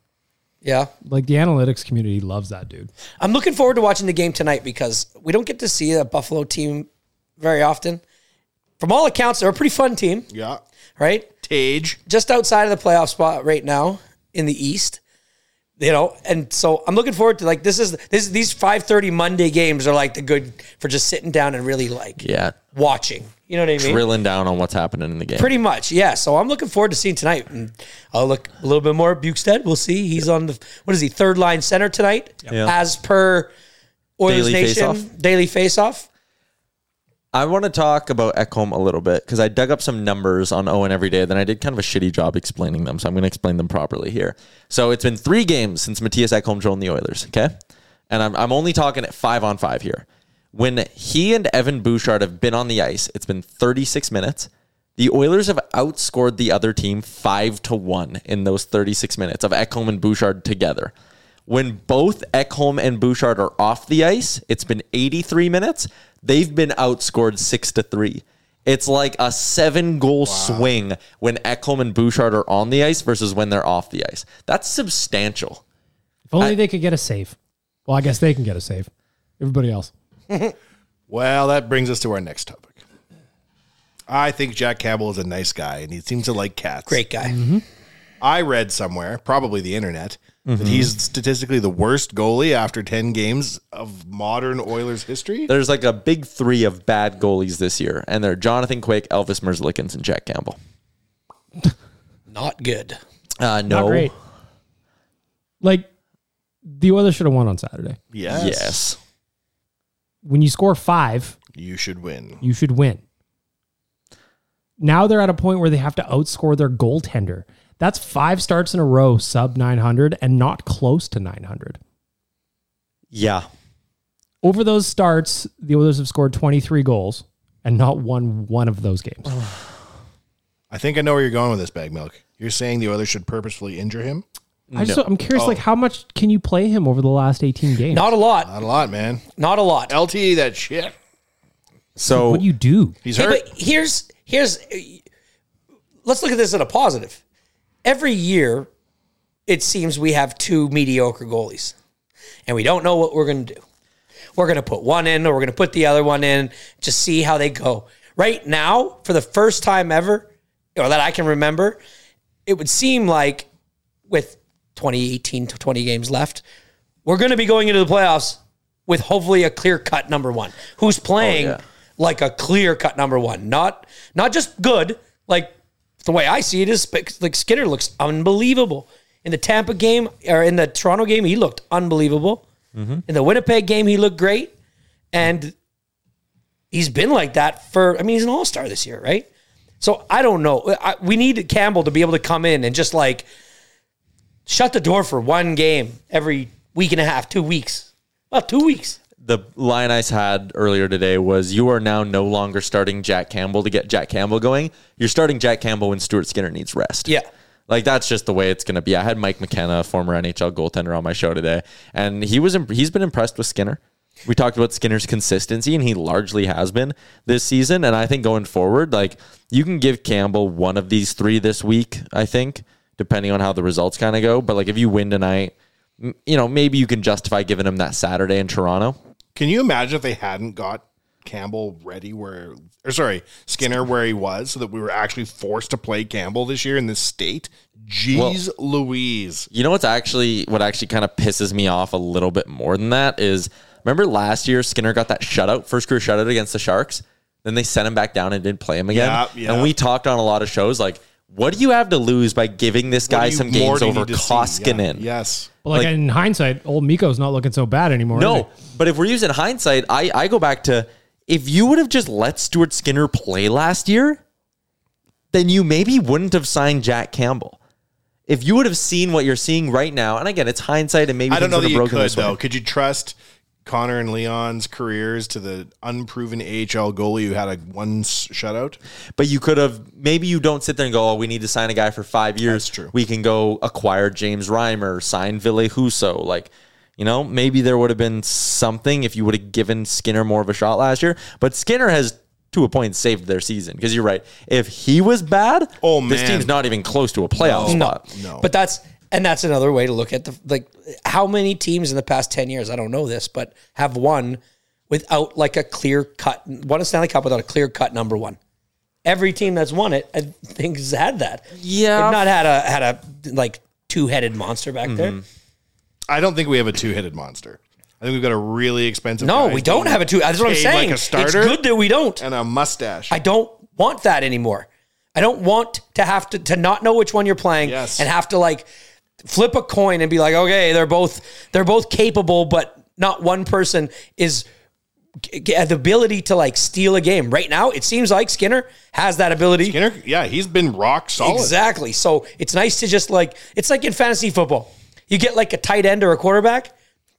Speaker 8: Yeah,
Speaker 5: Like the analytics community loves that dude.
Speaker 8: I'm looking forward to watching the game tonight because we don't get to see a Buffalo team very often. From all accounts, they're a pretty fun team,
Speaker 7: Yeah.
Speaker 8: right?
Speaker 7: Tage.
Speaker 8: just outside of the playoff spot right now. in the East. You know, and so I'm looking forward to like this is this these 5:30 Monday games are like the good for just sitting down and really like
Speaker 9: Yeah.
Speaker 8: watching. You know what I mean?
Speaker 9: Drilling down on what's happening in the game.
Speaker 8: Pretty much, yeah. So I'm looking forward to seeing tonight. And I'll look a little bit more at Bukestead. We'll see. He's on the what is he third line center tonight,
Speaker 9: Yeah.
Speaker 8: as per Oilers
Speaker 9: Daily
Speaker 8: Nation
Speaker 9: faceoff.
Speaker 8: daily faceoff.
Speaker 9: I want to talk about Ekholm a little bit because I dug up some numbers on Owen every day. Then I did kind of a shitty job explaining them, so I'm going to explain them properly here. So it's been three games since Matthias Ekholm joined the Oilers. Okay, and I'm I'm only talking at five on five here. When he and Evan Bouchard have been on the ice, it's been 36 minutes. The Oilers have outscored the other team five to one in those 36 minutes of Ekholm and Bouchard together. When both Ekholm and Bouchard are off the ice, it's been 83 minutes. They've been outscored six to three. It's like a seven goal swing when Ekholm and Bouchard are on the ice versus when they're off the ice. That's substantial.
Speaker 5: If only they could get a save. Well, I guess they can get a save. Everybody else.
Speaker 7: Well, that brings us to our next topic. I think Jack Campbell is a nice guy and he seems to like cats.
Speaker 8: Great guy.
Speaker 9: Mm-hmm.
Speaker 7: I read somewhere, probably the internet,
Speaker 9: Mm-hmm.
Speaker 7: that he's statistically the worst goalie after 10 games of modern Oilers history.
Speaker 9: There's like a big three of bad goalies this year, and they're Jonathan Quick, Elvis Merzlikins, and Jack Campbell.
Speaker 8: Not good.
Speaker 9: Uh, no.
Speaker 5: Not great. Like the Oilers should have won on Saturday.
Speaker 7: Yes.
Speaker 9: yes.
Speaker 5: When you score five,
Speaker 7: You should win.
Speaker 5: you should win. Now they're at a point where they have to outscore their goaltender. That's five starts in a row sub 900 and not close to 900.
Speaker 9: Yeah.
Speaker 5: Over those starts, the Oilers have scored 23 goals and not won one of those games.
Speaker 7: I think I know where you're going with this bag milk. You're saying the Oilers should purposefully injure him?
Speaker 5: I just, I'm curious, like, how much can you play him over the last 18 games?
Speaker 8: Not a lot.
Speaker 7: Not a lot, man.
Speaker 8: Not a lot.
Speaker 7: LT that shit.
Speaker 9: So
Speaker 5: what do you do?
Speaker 7: He's
Speaker 8: Hey,
Speaker 7: hurt.
Speaker 8: but here's here's let's look at this in a positive. Every year, it seems we have two mediocre goalies, and we don't know what we're going to do. We're going to put one in, or we're going to put the other one in, just see how they go. Right now, for the first time ever, or that I can remember, it would seem like with 2018 to 20 games left, we're going to be going into the playoffs with hopefully a clear cut number one who's playing
Speaker 9: yeah.
Speaker 8: like a clear cut number one, not not just good. Like the way I see it is, sp- like Skinner looks unbelievable in the Tampa game or in the Toronto game. He looked unbelievable in the Winnipeg game. He looked great, and he's been like that for. I mean, he's an all star this year, right? So I don't know. Uh, I, we need Campbell to be able to come in and just like shut the door for one game every week and a half, two weeks. Well, two weeks.
Speaker 9: the line I had earlier today was you are now no longer starting Jack Campbell to get Jack Campbell going. You're starting Jack Campbell when Stuart Skinner needs rest.
Speaker 8: Yeah.
Speaker 9: Like that's just the way it's going to be. I had Mike McKenna, former NHL goaltender on my show today, and he was imp- he's been impressed with Skinner. We talked about Skinner's consistency and he largely has been this season and I think going forward like you can give Campbell one of these 3 this week, I think, depending on how the results kind of go, but like if you win tonight, m- you know, maybe you can justify giving him that Saturday in Toronto.
Speaker 7: Can you imagine if they hadn't got Campbell ready where, or sorry, Skinner where he was, so that we were actually forced to play Campbell this year in this state? Jeez Louise.
Speaker 9: You know what's actually what actually kind of pisses me off a little bit more than that is remember last year Skinner got that shutout, first career shutout against the Sharks. Then they sent him back down and didn't play him again.
Speaker 7: Yeah, yeah.
Speaker 9: And we talked on a lot of shows like, what do you have to lose by giving this
Speaker 7: What
Speaker 9: guy
Speaker 7: do you- more
Speaker 9: some games
Speaker 7: do you
Speaker 9: over
Speaker 7: need to see? Yeah,
Speaker 9: Koskinen?
Speaker 7: Yes.
Speaker 5: But like, in hindsight, old Miko's not looking so bad anymore. is
Speaker 9: No, but if we're using hindsight, I, I go back to if you would have just let Stuart Skinner play last year, then you maybe wouldn't have signed Jack Campbell. If you would have seen what you're seeing right now, and again, it's hindsight, and maybe
Speaker 7: I don't
Speaker 9: things
Speaker 7: know
Speaker 9: would
Speaker 7: that
Speaker 9: have
Speaker 7: you
Speaker 9: broken
Speaker 7: could
Speaker 9: this way.
Speaker 7: though. Could you trust Connor and Leon's careers to the unproven AHL goalie who had a one s- shutout?
Speaker 9: But you could have maybe you don't sit there and go, oh, we need to sign a guy for five years.
Speaker 7: That's true.
Speaker 9: We can go acquire James Reimer, sign Ville Husso. Like, you know, maybe there would have been something if you would have given Skinner more of a shot last year. But Skinner has to a point saved their season because you're right. If he was bad,
Speaker 7: Oh,
Speaker 9: this
Speaker 7: man.
Speaker 9: team's not even close to a playoff spot.
Speaker 7: No.
Speaker 8: But that's and that's another way to look at the like how many teams in the past 10 years, I don't know this, but have won without like a clear cut won a Stanley Cup without a clear cut number one. Every team that's won it, I think has had that.
Speaker 9: Yeah.
Speaker 8: They've not had a had a like two headed monster back there.
Speaker 9: Mm-hmm.
Speaker 7: Mhm. I don't think we have a two headed monster. I think we've got a really expensive.
Speaker 8: No,
Speaker 7: guy
Speaker 8: we don't
Speaker 7: being
Speaker 8: have a two- uh, that's what I'm
Speaker 7: paid
Speaker 8: saying.
Speaker 7: Like a
Speaker 8: It's
Speaker 7: starter.
Speaker 8: good that we don't.
Speaker 7: And a mustache.
Speaker 8: I don't want that anymore. I don't want to have to to not know which one you're playing and have to like flip a coin and be like, okay, they're both they're both capable, but not one person is g- g- the ability to like steal a game. Right now, it seems like Skinner has that ability.
Speaker 7: Skinner, yeah, he's been rock solid.
Speaker 8: Exactly. So it's nice to just like it's like in fantasy football, you get like a tight end or a quarterback.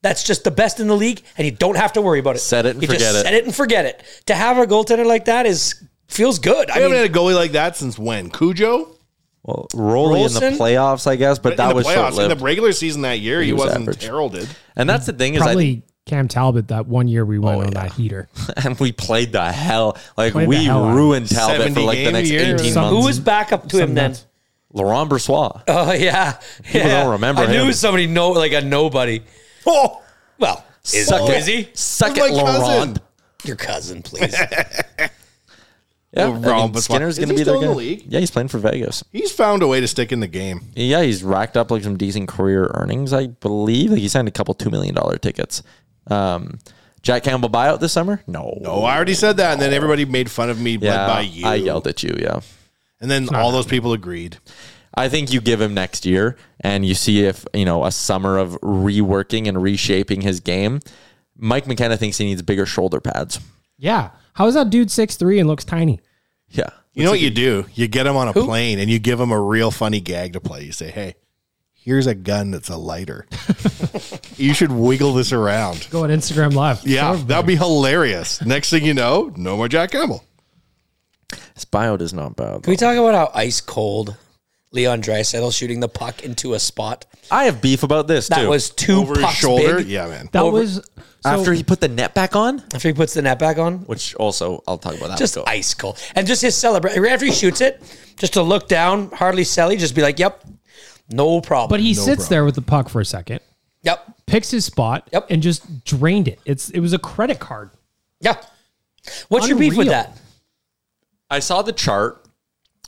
Speaker 8: That's just the best in the league, and you don't have to worry about it. Set it
Speaker 9: and
Speaker 8: you
Speaker 9: forget
Speaker 8: just
Speaker 9: it.
Speaker 8: Set it and forget it. To have a goaltender like that is feels good.
Speaker 7: We haven't had a goalie like that since when? Cujo?
Speaker 9: Well, Rolly in the
Speaker 7: Rolson?
Speaker 9: playoffs, I guess, but
Speaker 7: in
Speaker 9: that
Speaker 7: the
Speaker 9: was short
Speaker 7: playoffs in the
Speaker 9: lived.
Speaker 7: regular season that year,
Speaker 9: He
Speaker 7: he,
Speaker 9: was
Speaker 7: was not
Speaker 9: average.
Speaker 7: heralded.
Speaker 9: And that's the thing is, I
Speaker 5: Probably Cam Talbot that one year we went on that heater.
Speaker 9: and we played the hell like
Speaker 5: Played the
Speaker 9: we
Speaker 5: hell out of
Speaker 9: ruined
Speaker 5: him.
Speaker 9: Talbot for
Speaker 7: 70
Speaker 9: like the
Speaker 7: game
Speaker 9: next
Speaker 7: year or
Speaker 9: eighteen
Speaker 7: something.
Speaker 8: Who
Speaker 9: months.
Speaker 8: was backup to him then?
Speaker 9: Laurent Brossois.
Speaker 8: Oh yeah,
Speaker 9: People
Speaker 8: Yeah.
Speaker 9: don't remember
Speaker 8: I knew
Speaker 9: him.
Speaker 8: somebody know like a nobody.
Speaker 7: Oh,
Speaker 8: well, is,
Speaker 9: Suck it.
Speaker 8: is he
Speaker 9: Suck
Speaker 7: That's
Speaker 9: it,
Speaker 7: my cousin.
Speaker 9: Laurent.
Speaker 8: your cousin? Please.
Speaker 9: Yeah,
Speaker 7: Laurent
Speaker 9: I mean,
Speaker 7: Brossois.
Speaker 9: Skinner's
Speaker 7: Is
Speaker 9: going to
Speaker 7: he
Speaker 9: be
Speaker 7: still in
Speaker 9: guy.
Speaker 7: the league?
Speaker 9: Yeah, he's playing for Vegas.
Speaker 7: He's found a way to stick in the game.
Speaker 9: Yeah, he's racked up like some decent career earnings, I believe. Like he signed a couple two million dollar tickets. Um, Jack Campbell buyout this summer? No,
Speaker 7: No, I already said that, and then everybody made fun of me led
Speaker 9: Yeah,
Speaker 7: by you.
Speaker 9: I yelled at you. Yeah,
Speaker 7: And then all those people agreed.
Speaker 9: I think you give him next year, and you see if you know a summer of reworking and reshaping his game. Mike McKenna thinks he needs bigger shoulder pads.
Speaker 5: Yeah. How is that dude six three and looks tiny?
Speaker 9: Yeah,
Speaker 7: You know what you do? You get them on a plane and you give them a real funny gag to play. You say, hey, here's a gun that's a lighter. you should wiggle this around.
Speaker 5: Go on Instagram Live.
Speaker 7: Yeah, that'd be hilarious. Next thing you know, no more Jack Campbell.
Speaker 9: his buyout is not bad.
Speaker 8: Can we talk about how ice cold Leon Dreisettle shooting the puck into a spot
Speaker 9: I have beef about this
Speaker 8: that
Speaker 9: too.
Speaker 8: was two
Speaker 7: Over his
Speaker 8: pucks
Speaker 7: shoulder.
Speaker 8: big?
Speaker 7: Yeah, man.
Speaker 5: That
Speaker 8: over-
Speaker 5: was so
Speaker 9: after he put the net back on,
Speaker 8: After he puts the net back on,
Speaker 9: which also I'll talk about that.
Speaker 8: just
Speaker 9: one.
Speaker 8: ice cold, and just his celebration after he shoots it, just to look down, hardly sell, he just be like, "Yep, no problem."
Speaker 5: But he sits there with the puck for a second,
Speaker 8: yep,
Speaker 5: picks his spot,
Speaker 8: Yep.
Speaker 5: and just drained it. It's it was a credit card.
Speaker 8: yeah. What's your beef with
Speaker 5: Unreal.
Speaker 8: that?
Speaker 9: I saw the chart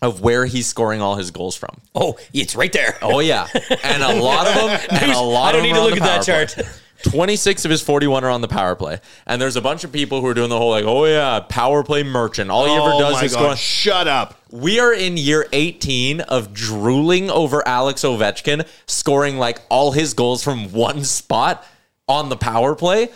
Speaker 9: of where he's scoring all his goals from.
Speaker 8: Oh, it's right there.
Speaker 9: Oh yeah, and a lot of them, and a lot.
Speaker 8: I don't
Speaker 9: of
Speaker 8: need
Speaker 9: them are
Speaker 8: to
Speaker 9: on
Speaker 8: look
Speaker 9: the
Speaker 8: at that
Speaker 9: power
Speaker 8: chart.
Speaker 9: play. Twenty-six of his forty-one are on the power play, and there's a bunch of people who are doing the whole like, oh yeah, power play merchant. All he ever
Speaker 7: Oh
Speaker 9: does
Speaker 7: my
Speaker 9: is
Speaker 7: God,
Speaker 9: go. on-
Speaker 7: Shut up.
Speaker 9: We are in year eighteen of drooling over Alex Ovechkin scoring like all his goals from one spot on the power play.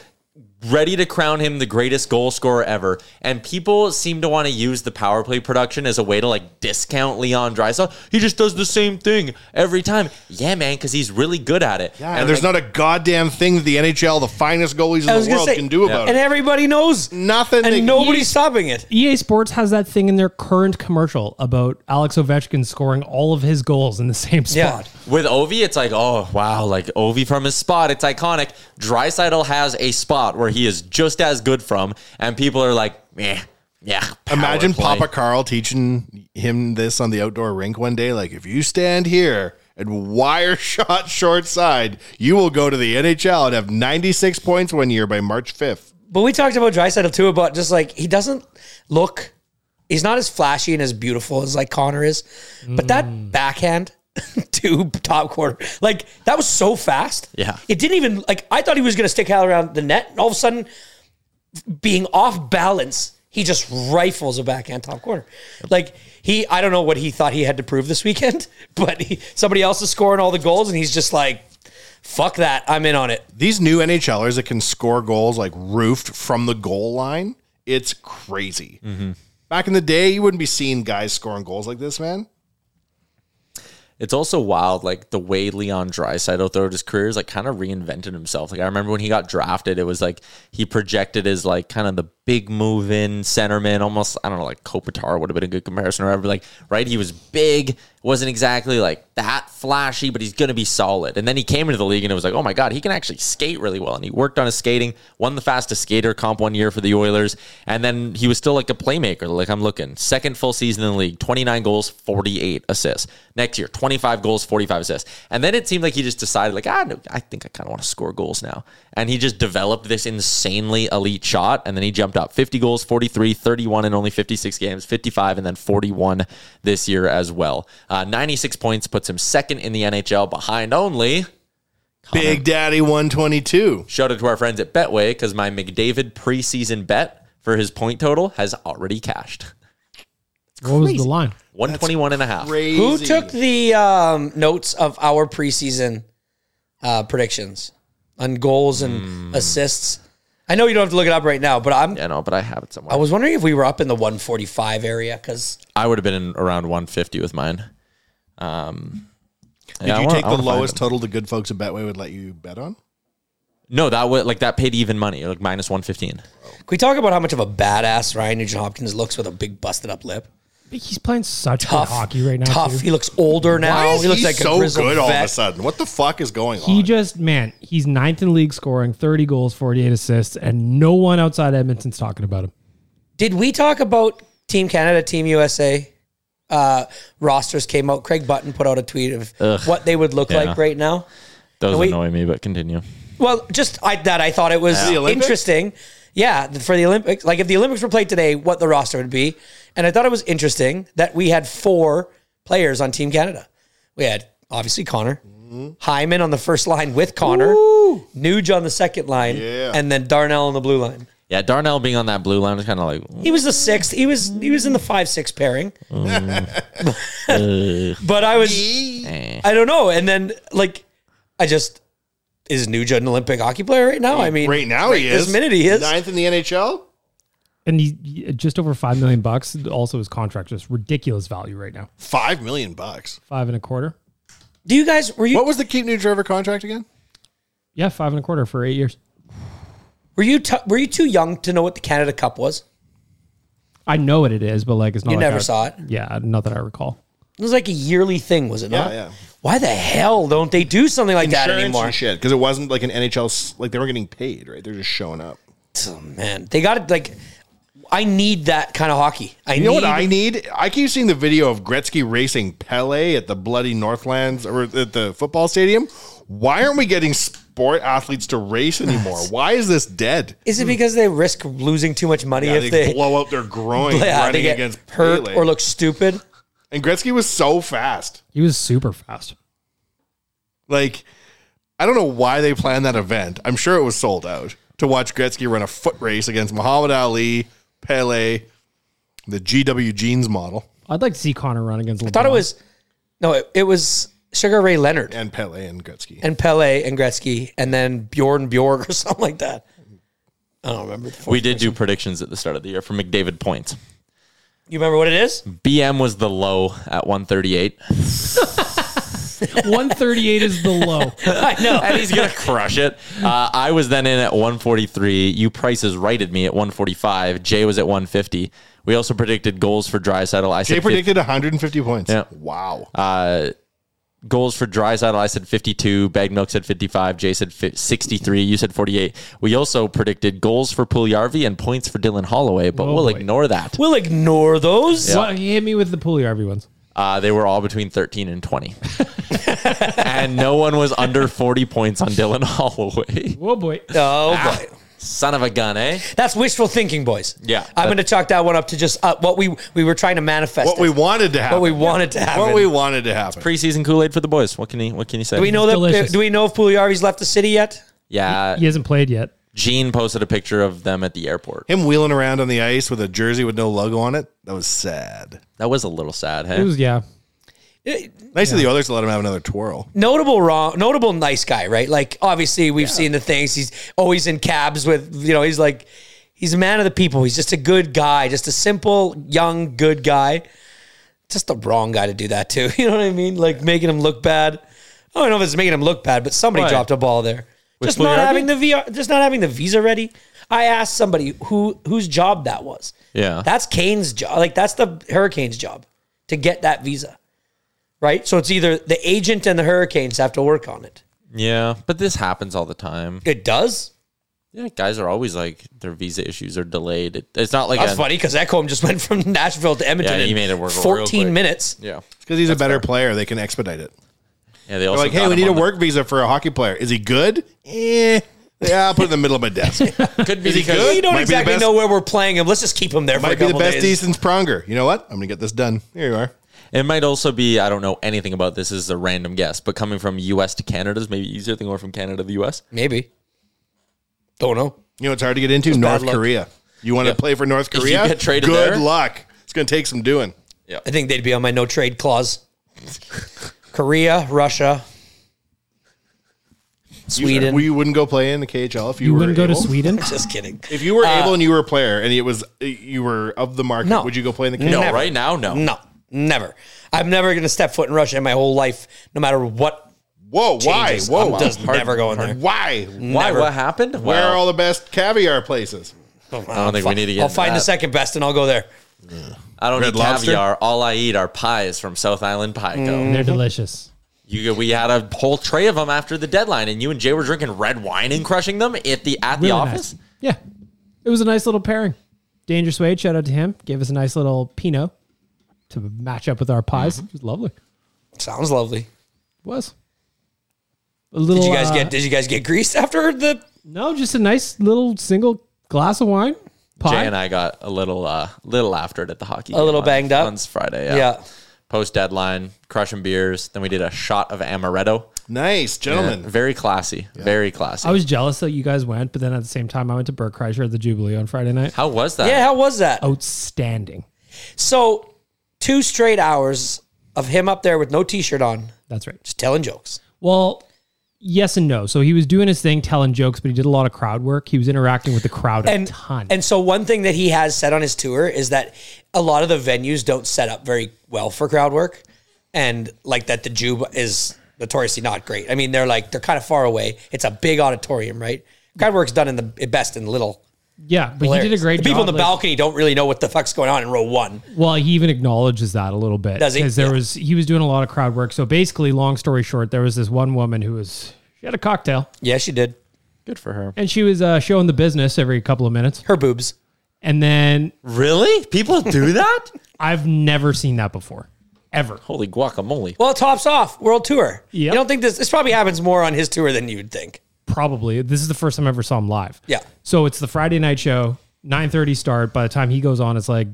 Speaker 9: Ready to crown him the greatest goal scorer ever, and people seem to want to use the power play production as a way to like discount Leon Draisaitl. He just does the same thing every time. Yeah, man, because he's really good at it.
Speaker 7: And, there's not a goddamn thing that the NHL, the finest goalies
Speaker 8: I
Speaker 7: in
Speaker 8: was
Speaker 7: the
Speaker 8: gonna
Speaker 7: world,
Speaker 8: say,
Speaker 7: can do about
Speaker 8: and
Speaker 7: it.
Speaker 8: everybody knows,
Speaker 7: Nothing. they-
Speaker 8: and nobody's stopping it.
Speaker 5: EA E Sports has that thing in their current commercial about Alex Ovechkin scoring all of his goals in the same
Speaker 8: Yeah.
Speaker 5: spot.
Speaker 9: With Ovi, it's like, oh wow, like Ovi from his spot, it's iconic. Drysidle has a spot where he is just as good from, and people are like, eh, yeah. power
Speaker 7: Imagine
Speaker 9: play.
Speaker 7: Papa Carl teaching him this on the outdoor rink one day. Like, if you stand here and wire shot short side, you will go to the NHL and have 96 points one year by March 5th.
Speaker 8: But we talked about Drysaddle too about just like he doesn't look he's not as flashy and as beautiful as like Connor is. But that backhand to top quarter, like that was so fast.
Speaker 9: Yeah.
Speaker 8: It didn't even like I thought he was gonna stick out around the net, and all of a sudden being off balance, he just rifles a backhand top corner. Like he I don't know what he thought he had to prove this weekend, but he, somebody else is scoring all the goals and he's just like, fuck that, I'm in on it.
Speaker 7: These new NHLers that can score goals like roofed from the goal line, it's crazy.
Speaker 8: Mm-hmm.
Speaker 7: Back in the day, you wouldn't be seeing guys scoring goals like this, man.
Speaker 9: It's also wild, like the way Leon Drysidle throughout his career is like kind of reinvented himself. Like I remember when he got drafted, it was like he projected as like kind of the big move in centerman, almost I don't know, like Kopitar would have been a good comparison or whatever. Like, right? He was big, wasn't exactly like that flashy, but he's gonna be solid. And then he came into the league and it was like, oh my god, he can actually skate really well. And he worked on his skating, won the fastest skater comp one year for the Oilers, and then he was still like a playmaker. Like I'm looking, second full season in the league, 29 goals, 48 assists. Next year, 25 goals, 45 assists. And then it seemed like he just decided, like, ah, no, I think I kind of want to score goals now. And he just developed this insanely elite shot, and then he jumped top 50 goals, 43, 31 in only 56 games, 55, and then 41 this year as well. Uh, 96 points puts him second in the NHL behind only.
Speaker 7: Big Daddy 122.
Speaker 9: Shout out to our friends at Betway because my McDavid preseason bet for his point total has already cashed.
Speaker 5: What was the line?
Speaker 9: 121 and a half.
Speaker 8: Who took the um, notes of our preseason uh, predictions on goals and
Speaker 7: Hmm.
Speaker 8: assists? I know you don't have to look it up right now, but I'm.
Speaker 9: Yeah, no, but I have it somewhere.
Speaker 8: I was wondering if we were up in the 145 area because
Speaker 9: I would have been in around 150 with mine. Um,
Speaker 7: Did you take the lowest total the good folks at Betway would let you bet on?
Speaker 9: No, that would like that paid even money, like minus 115.
Speaker 8: Can we talk about how much of a badass Ryan Nugent Hopkins looks with a big busted up lip?
Speaker 5: He's playing such
Speaker 8: Tough
Speaker 5: good hockey right now.
Speaker 8: Tough.
Speaker 5: too.
Speaker 8: He looks older now.
Speaker 7: Why is
Speaker 8: he looks like
Speaker 7: so
Speaker 8: a
Speaker 7: good
Speaker 8: grizzled
Speaker 7: all of a
Speaker 8: vet.
Speaker 7: sudden? What the fuck is going
Speaker 5: He
Speaker 7: on?
Speaker 5: just man, he's ninth in league scoring, thirty goals, forty-eight assists, and no one outside Edmonton's talking about him.
Speaker 8: Did we talk about Team Canada, Team USA? Uh, rosters came out. Craig Button put out a tweet of what they would look
Speaker 9: Yeah.
Speaker 8: like right now.
Speaker 9: Those
Speaker 8: And we-
Speaker 9: annoy me, but continue.
Speaker 8: Well, just I, that I thought it was
Speaker 7: the Olympics?
Speaker 8: interesting. Yeah, th- for the Olympics, like if the Olympics were played today, what the roster would be. And I thought it was interesting that we had four players on Team Canada. We had obviously Connor,
Speaker 7: Mm-hmm.
Speaker 8: Hyman on the first line with Connor, Nuge on the second line,
Speaker 7: Yeah.
Speaker 8: and then Darnell on the blue line.
Speaker 9: Yeah, Darnell being on that blue line was kind of like,
Speaker 8: He was the sixth. He was he was in the five six pairing. but I was I don't know. And then like I just is Nuge an Olympic hockey player right now? I mean
Speaker 7: right now he
Speaker 8: this
Speaker 7: is.
Speaker 8: minute he is.
Speaker 7: Ninth in the NHL?
Speaker 5: And he- he uh, just over five million bucks. Also, his contract just ridiculous value right now,
Speaker 7: Five million bucks.
Speaker 5: five and a quarter.
Speaker 8: Do you guys were you
Speaker 7: What was the Keep New Driver contract again?
Speaker 5: Yeah, five and a quarter for eight years.
Speaker 8: were you t- were you too young to know what the Canada Cup was?
Speaker 5: I know what it is, but like it's not.
Speaker 7: Oh
Speaker 8: You
Speaker 5: like
Speaker 8: never
Speaker 5: I-
Speaker 8: saw it.
Speaker 5: Yeah, not that I recall.
Speaker 8: It was like a yearly thing, was it
Speaker 7: Yeah,
Speaker 8: not?
Speaker 7: yeah.
Speaker 8: Why the hell don't they do something like that anymore?
Speaker 7: and shit. Because it wasn't like an NHL, s- like they were getting paid, right? They're just showing up.
Speaker 8: Oh, man, they got it. Like, I need that kind of hockey. I
Speaker 7: You
Speaker 8: need,
Speaker 7: know what I need? I keep seeing the video of Gretzky racing Pele at the bloody Northlands or at the football stadium. Why aren't we getting sport athletes to race anymore? Why is this dead?
Speaker 8: Is it because they risk losing too much money
Speaker 7: Yeah,
Speaker 8: if
Speaker 7: they,
Speaker 8: they,
Speaker 7: blow out their groin
Speaker 8: yeah, they
Speaker 7: running
Speaker 8: get
Speaker 7: against
Speaker 8: hurt
Speaker 7: Pele.
Speaker 8: or look stupid?
Speaker 7: and Gretzky was so fast.
Speaker 5: He was super fast.
Speaker 7: Like, I don't know why they planned that event. I'm sure it was sold out to watch Gretzky run a foot race against Muhammad Ali, Pele, the GW jeans model,
Speaker 5: I'd like to see Connor run against. LeBron.
Speaker 8: I
Speaker 7: Uh-huh.
Speaker 8: thought it was no, it, it was Sugar Ray Leonard
Speaker 7: and Pele and Gretzky.
Speaker 8: and Pele and Gretzky and then Bjorn Bjorg or something like that. I don't remember. The
Speaker 9: we did do predictions at the start of the year for McDavid points.
Speaker 8: You remember what it is?
Speaker 9: BM was the low at 138.
Speaker 5: one thirty-eight is the low.
Speaker 8: I know.
Speaker 9: and he's gonna crush it. Uh, I was then in at 143. You prices righted me at 145. Jay was at 150. We also predicted goals for Drysaddle. I
Speaker 7: Jay
Speaker 9: said fif-
Speaker 7: predicted 150 points.
Speaker 9: Yeah.
Speaker 7: Wow.
Speaker 9: Uh, goals for Drysaddle. I said 52. Bag Milk said 55. Jay said fi- 63. You said 48. We also predicted goals for Puliarvi and points for Dylan Holloway, but
Speaker 5: Oh,
Speaker 9: we'll
Speaker 5: boy.
Speaker 9: ignore that.
Speaker 8: We'll ignore those.
Speaker 5: Well, he hit me with the Pugliarvi ones.
Speaker 9: Uh, they were all between 13 and 20, and no one was under 40 points on Dylan Holloway.
Speaker 5: Whoa, boy!
Speaker 8: Oh
Speaker 7: Ah.
Speaker 8: boy.
Speaker 9: Son of a gun, eh?
Speaker 8: That's wishful thinking, boys.
Speaker 9: Yeah.
Speaker 8: I'm going to chalk that one up to just uh, what we we were trying to manifest.
Speaker 7: what
Speaker 8: it.
Speaker 7: we wanted to happen.
Speaker 8: What we wanted to happen.
Speaker 7: What we wanted to happen.
Speaker 9: Preseason Kool Aid for the boys. What can he? What can you say?
Speaker 8: do we know that?
Speaker 5: Delicious.
Speaker 8: uh, Do we know if Pugliarvi's left the city yet?
Speaker 9: Yeah,
Speaker 5: He hasn't played yet.
Speaker 9: Gene posted a picture of them at the airport.
Speaker 7: Him wheeling around on the ice with a jersey with no logo on it. That was sad.
Speaker 9: That was a little sad,
Speaker 5: It
Speaker 9: hey?
Speaker 5: was yeah.
Speaker 7: Nice of the Oilers to let him have another twirl.
Speaker 8: Notable wrong, notable nice guy, right? Like obviously we've seen the things. He's always in cabs with you know. He's like he's a man of the people. He's just a good guy, just a simple young good guy. Just the wrong guy to do that to. You know what I mean? Like making him look bad. I don't know if it's making him look bad, but somebody
Speaker 9: Why?
Speaker 8: dropped a ball there.
Speaker 9: With
Speaker 8: just not
Speaker 9: Pugliarvi?
Speaker 8: having the VR, just not having the visa ready. I asked somebody who whose job that was.
Speaker 9: Yeah.
Speaker 8: That's Kane's job. Like that's the Hurricanes' job to get that visa. Right? So it's either the agent and the Hurricanes have to work on it.
Speaker 9: yeah, but this happens all the time.
Speaker 8: It does.
Speaker 9: Yeah, guys are always like their visa issues are delayed. It, it's not like
Speaker 8: That's
Speaker 9: a-
Speaker 8: funny because Ekholm just went from Nashville to Edmonton
Speaker 9: Yeah, he
Speaker 8: in
Speaker 9: made it work real
Speaker 8: 14
Speaker 9: quick.
Speaker 8: minutes.
Speaker 9: Yeah,
Speaker 7: Because he's a better player. They can expedite it.
Speaker 9: yeah. They
Speaker 7: They're
Speaker 9: also
Speaker 7: like, hey,
Speaker 9: got
Speaker 7: we
Speaker 9: him
Speaker 7: need a
Speaker 9: on the-
Speaker 7: work visa for a hockey player. Is he good? Eh. Yeah, I'll put it in the middle of my desk. Could
Speaker 8: Is he good? We don't exactly know where we're playing him. Let's just keep him there for
Speaker 7: Might
Speaker 8: a
Speaker 7: be the
Speaker 8: couple
Speaker 7: best
Speaker 8: days.
Speaker 7: Easton's Pronger. You know what? I'm gonna get this done. Here you are.
Speaker 9: It might also be, I don't know anything about this, this is a random guess, but coming from US to Canada is maybe easier than going from Canada to the US.
Speaker 8: Maybe. Don't know.
Speaker 7: You know it's hard to get into
Speaker 9: Just bad
Speaker 7: North
Speaker 9: luck.
Speaker 7: Korea. You want
Speaker 9: Yeah.
Speaker 7: to play for North
Speaker 9: If you
Speaker 7: Korea?
Speaker 9: get traded
Speaker 7: Good
Speaker 9: there-
Speaker 7: luck. It's gonna take some doing.
Speaker 8: I think they'd be on my no trade clause. Korea, Russia, Sweden.
Speaker 7: You, you wouldn't go play in the KHL if you,
Speaker 5: You
Speaker 7: were
Speaker 5: wouldn't go to
Speaker 7: able?
Speaker 5: Sweden?
Speaker 8: just kidding.
Speaker 7: If you were
Speaker 8: Uh,
Speaker 7: able and you were a player and it was you were of the market,
Speaker 8: No.
Speaker 7: would you go play in the KHL?
Speaker 9: No,
Speaker 8: Never.
Speaker 9: right now, no.
Speaker 8: No, never. I'm never going to step foot in Russia in my whole life, no matter what.
Speaker 7: Whoa, why?
Speaker 8: Changes.
Speaker 7: Whoa,
Speaker 8: I'm just never going there.
Speaker 7: Why?
Speaker 9: Why?
Speaker 8: Never.
Speaker 9: What happened?
Speaker 7: Where
Speaker 9: Wow.
Speaker 7: are all the best caviar places?
Speaker 9: I don't think we need to get
Speaker 8: I'll
Speaker 9: into
Speaker 8: find the
Speaker 9: that.
Speaker 8: second best and I'll go there.
Speaker 9: I don't
Speaker 7: Red
Speaker 9: eat
Speaker 7: Lobster?
Speaker 9: caviar. All I eat are pies from South Island Pie Co.
Speaker 5: They're delicious.
Speaker 9: You, we had a whole tray of them after the deadline, and you and Jay were drinking red wine and crushing them at the at the
Speaker 5: Really
Speaker 9: office.
Speaker 5: nice. Yeah. It was a nice little pairing. Dangerous Wade, shout out to him. Gave us a nice little Pinot to match up with our pies.
Speaker 8: Mm-hmm.
Speaker 5: It was lovely. It
Speaker 8: Sounds lovely.
Speaker 5: was. A little,
Speaker 8: Did you guys
Speaker 5: uh,
Speaker 8: get? Did you guys get greased after the?
Speaker 5: No, just a nice little single glass of wine. Pie.
Speaker 9: Jay and I got a little uh, little after it at the hockey.
Speaker 8: A little banged up?
Speaker 9: on Friday. Yeah.
Speaker 8: Yeah.
Speaker 9: Post deadline, crushing beers. Then we did a shot of amaretto.
Speaker 7: Nice, gentlemen.
Speaker 9: Yeah, very classy. Very classy.
Speaker 5: I was jealous that you guys went, but then at the same time, I went to Burt Kreischer at the Jubilee on Friday night.
Speaker 9: How was that?
Speaker 8: Yeah. How was that?
Speaker 5: Outstanding.
Speaker 8: So, two straight hours of him up there with no T-shirt on,
Speaker 5: That's right.
Speaker 8: just telling jokes.
Speaker 5: Well, yes and no. So he was doing his thing, telling jokes, but he did a lot of crowd work. He was interacting with the crowd a
Speaker 8: and
Speaker 5: ton.
Speaker 8: and so one thing that he has said on his tour is that a lot of the venues don't set up very well for crowd work, and like that the Juba is notoriously not great. I mean, they're like they're kind of far away. It's a big auditorium, right? Crowd work's done in the best in little.
Speaker 5: yeah, but he did a
Speaker 8: areas.
Speaker 5: great
Speaker 8: The people
Speaker 5: job.
Speaker 8: in the
Speaker 5: like-
Speaker 8: balcony don't really know what the fuck's going on in row one.
Speaker 5: Well, he even acknowledges that a little bit.
Speaker 8: Does he?
Speaker 5: Because there
Speaker 8: Yeah.
Speaker 5: was he was doing a lot of crowd work. So basically, long story short, there was this one woman who was she had a cocktail
Speaker 8: Yeah, she did
Speaker 9: Good for her.
Speaker 5: and she was uh, showing the business every couple of minutes.
Speaker 8: her boobs.
Speaker 5: And then
Speaker 9: Really? People do that?
Speaker 5: I've never seen that before, ever.
Speaker 9: Holy guacamole!
Speaker 8: Well, tops off world tour. You
Speaker 5: Yep.
Speaker 8: don't think this? This probably happens more on his tour than you'd think.
Speaker 5: Probably this is the first time I ever saw him live.
Speaker 8: Yeah.
Speaker 5: So it's the Friday night show, nine thirty start. By the time he goes on, it's like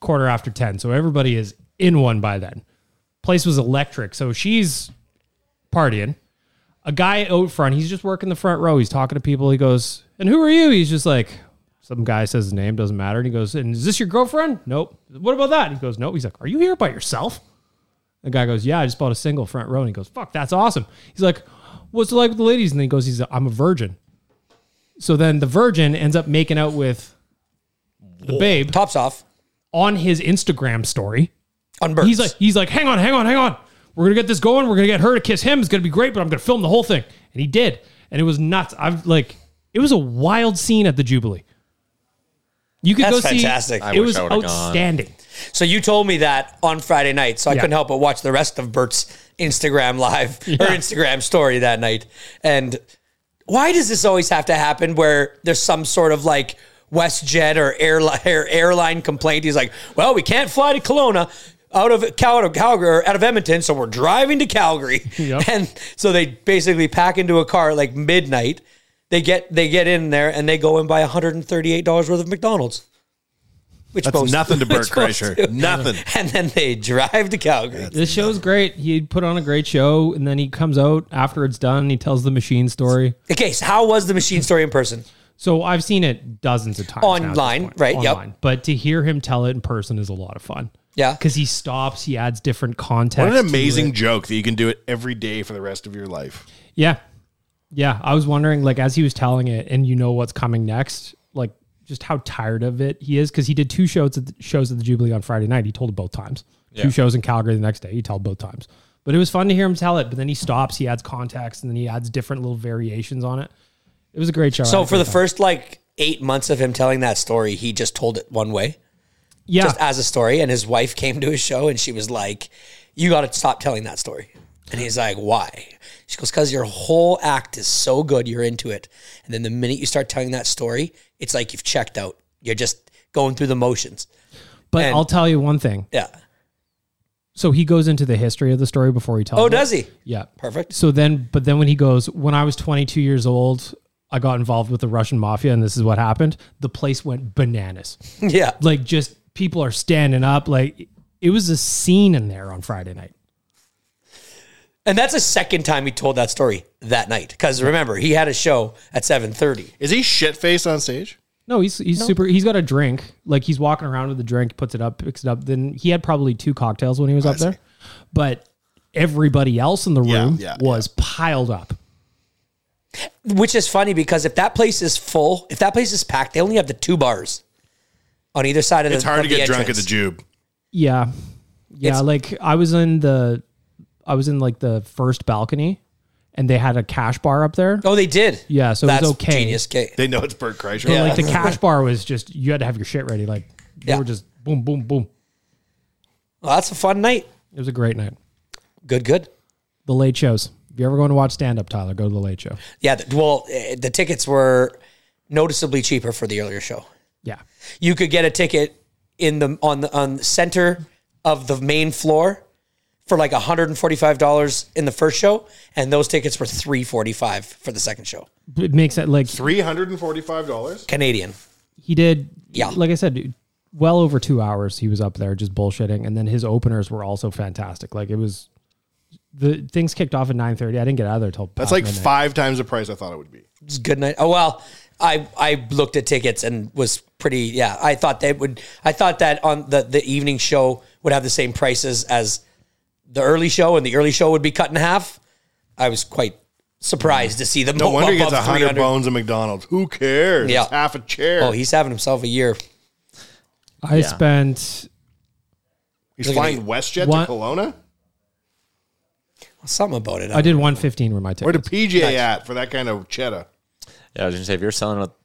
Speaker 5: quarter after ten. So everybody is in one by then. Place was electric. So she's partying. A guy out front, he's just working the front row. He's talking to people. He goes, "And who are you?" He's just like, some guy says his name doesn't matter. And he goes, "And is this your girlfriend?" Nope. What about that? He goes, "Nope." He's like, "Are you here by yourself?" The guy goes, "Yeah, I just bought a single front row." And he goes, "Fuck, that's awesome." He's like, "What's it like with the ladies?" And he goes, "He's a, I'm a virgin." So then the virgin ends up making out with the babe
Speaker 8: Tops off
Speaker 5: on his Instagram story.
Speaker 8: on birds.
Speaker 5: He's like, he's like, hang on, hang on, hang on. We're gonna get this going. We're gonna get her to kiss him. It's gonna be great, but I'm gonna film the whole thing. And he did, and it was nuts. I've like, it was a wild scene at the Jubilee. You could
Speaker 8: That's
Speaker 5: go
Speaker 8: fantastic.
Speaker 5: see.
Speaker 8: I
Speaker 5: It
Speaker 9: wish
Speaker 5: was
Speaker 9: I would've gone.
Speaker 5: outstanding.
Speaker 8: So you told me that on Friday night, so I
Speaker 5: Yeah.
Speaker 8: couldn't help but watch the rest of Bert's Instagram live or Instagram story that night. And why does this always have to happen where there's some sort of like WestJet or airline, airline complaint? He's like, "Well, we can't fly to Kelowna." Out of Cal- Calgary, or out of Edmonton, so we're driving to Calgary,
Speaker 5: Yep.
Speaker 8: and so they basically pack into a car at like midnight. They get they get in there and they go and buy one hundred and thirty eight dollars worth of McDonald's. Which
Speaker 7: That's nothing to Bert
Speaker 8: which most do.
Speaker 7: Kreischer. Nothing.
Speaker 8: And then they drive to Calgary.
Speaker 5: This show's great. He put on a great show, and then he comes out after it's done. And he tells the machine story.
Speaker 8: Okay, so how was the machine story in person?
Speaker 5: So I've seen it dozens of times now at this
Speaker 8: Online,
Speaker 5: point.
Speaker 8: right, yep.
Speaker 5: Online, but to hear him tell it in person is a lot of fun.
Speaker 8: Yeah.
Speaker 5: because he stops, he adds different context.
Speaker 7: What an
Speaker 5: to it.
Speaker 7: amazing joke that you can do it every day for the rest of your life.
Speaker 5: Yeah. Yeah. I was wondering, like, as he was telling it, and you know what's coming next, like, just how tired of it he is because he did two shows at the, shows at the Jubilee on Friday night. He told it both times. Two shows in Calgary the next day. He told both times. But it was fun to hear him tell it. But then he stops, he adds context, and then he adds different little variations on it. It was a great show. I had
Speaker 8: So
Speaker 5: a
Speaker 8: for
Speaker 5: great
Speaker 8: the
Speaker 5: time.
Speaker 8: first like eight months of him telling that story, he just told it one way,
Speaker 5: yeah,
Speaker 8: just as a story. And his wife came to his show and she was like, "You got to stop telling that story." And he's like, "Why?" She goes, "Cause your whole act is so good, you're into it. And then the minute you start telling that story, it's like you've checked out. You're just going through the motions."
Speaker 5: but
Speaker 8: and-
Speaker 5: I'll tell you one thing.
Speaker 8: Yeah.
Speaker 5: So he goes into the history of the story
Speaker 7: Mm-hmm.
Speaker 5: before he tells.
Speaker 8: Oh,
Speaker 5: it.
Speaker 8: does he?
Speaker 5: Yeah.
Speaker 8: Perfect.
Speaker 5: So then, but then when he goes, when I was 22 years old, I got involved with the Russian mafia and this is what happened, the place went bananas.
Speaker 8: Yeah.
Speaker 5: Like just people are standing up. Like it was a scene in there on Friday night.
Speaker 8: And that's the second time he told that story that night. Because remember, he had a show at seven thirty.
Speaker 7: Is he shit faced on stage?
Speaker 5: No, he's he's
Speaker 8: No.
Speaker 5: super. He's got a drink. Like he's walking around with a drink, puts it up, picks it up. Then he had probably two cocktails when he was up there, but everybody else in the room
Speaker 7: yeah,
Speaker 5: was piled up.
Speaker 8: Which is funny because if that place is full, if that place is packed, they only have the two bars on either side of the.
Speaker 7: It's hard
Speaker 8: of
Speaker 7: to
Speaker 8: the
Speaker 7: get drunk at
Speaker 8: entrance.
Speaker 7: the Jube.
Speaker 5: Yeah, yeah.
Speaker 8: It's-
Speaker 5: like I was in the, I was in like the first balcony, and they had a cash bar up there.
Speaker 8: Oh, they did.
Speaker 5: Yeah, so it was
Speaker 8: that's
Speaker 5: okay.
Speaker 8: Genius K.
Speaker 7: They know it's Bert Kreischer.
Speaker 5: But
Speaker 8: Yeah.
Speaker 5: like the cash bar was just you had to have your shit ready. Like you
Speaker 8: Yeah.
Speaker 5: were just boom, boom, boom.
Speaker 8: Well, that's a fun night.
Speaker 5: It was a great night.
Speaker 8: Good, good.
Speaker 5: The late shows. If you're ever going to watch stand up, Tyler, go to the late show.
Speaker 8: Yeah. The, well, eh, the tickets were noticeably cheaper for the earlier show.
Speaker 5: Yeah,
Speaker 8: You could get a ticket in the on the on the center of the main floor for like hundred and forty five dollars in the first show, and those tickets were three forty five for the second show,
Speaker 5: it makes that like
Speaker 7: Three hundred and forty-five dollars.
Speaker 8: Canadian.
Speaker 5: he did
Speaker 8: Yeah.
Speaker 5: like i said dude, well over two hours he was up there just bullshitting and then his openers were also fantastic like it was the things kicked off at 9.30 i didn't get out of there till
Speaker 7: That's
Speaker 5: past
Speaker 7: like
Speaker 5: midnight.
Speaker 7: five times the price I thought it would be.
Speaker 8: It's good night. Oh well, I I looked at tickets and was pretty. Yeah, I thought they would. I thought that on the the evening show would have the same prices as the early show, and the early show would be cut in half. I was quite surprised to see them.
Speaker 7: No wonder he gets
Speaker 8: Oh, above
Speaker 7: hundred
Speaker 8: 300.
Speaker 7: bones at McDonald's. Who cares?
Speaker 8: Yeah.
Speaker 7: It's half a chair.
Speaker 8: Oh, he's having himself a year.
Speaker 5: i spent
Speaker 7: he's
Speaker 8: Look at
Speaker 7: flying
Speaker 8: me.
Speaker 7: WestJet
Speaker 5: What?
Speaker 7: to Kelowna.
Speaker 8: Something about it.
Speaker 5: i did 115 with my
Speaker 7: Where
Speaker 5: tickets
Speaker 7: the PJ at for that kind of cheddar?
Speaker 9: Yeah, I was gonna say if you're selling out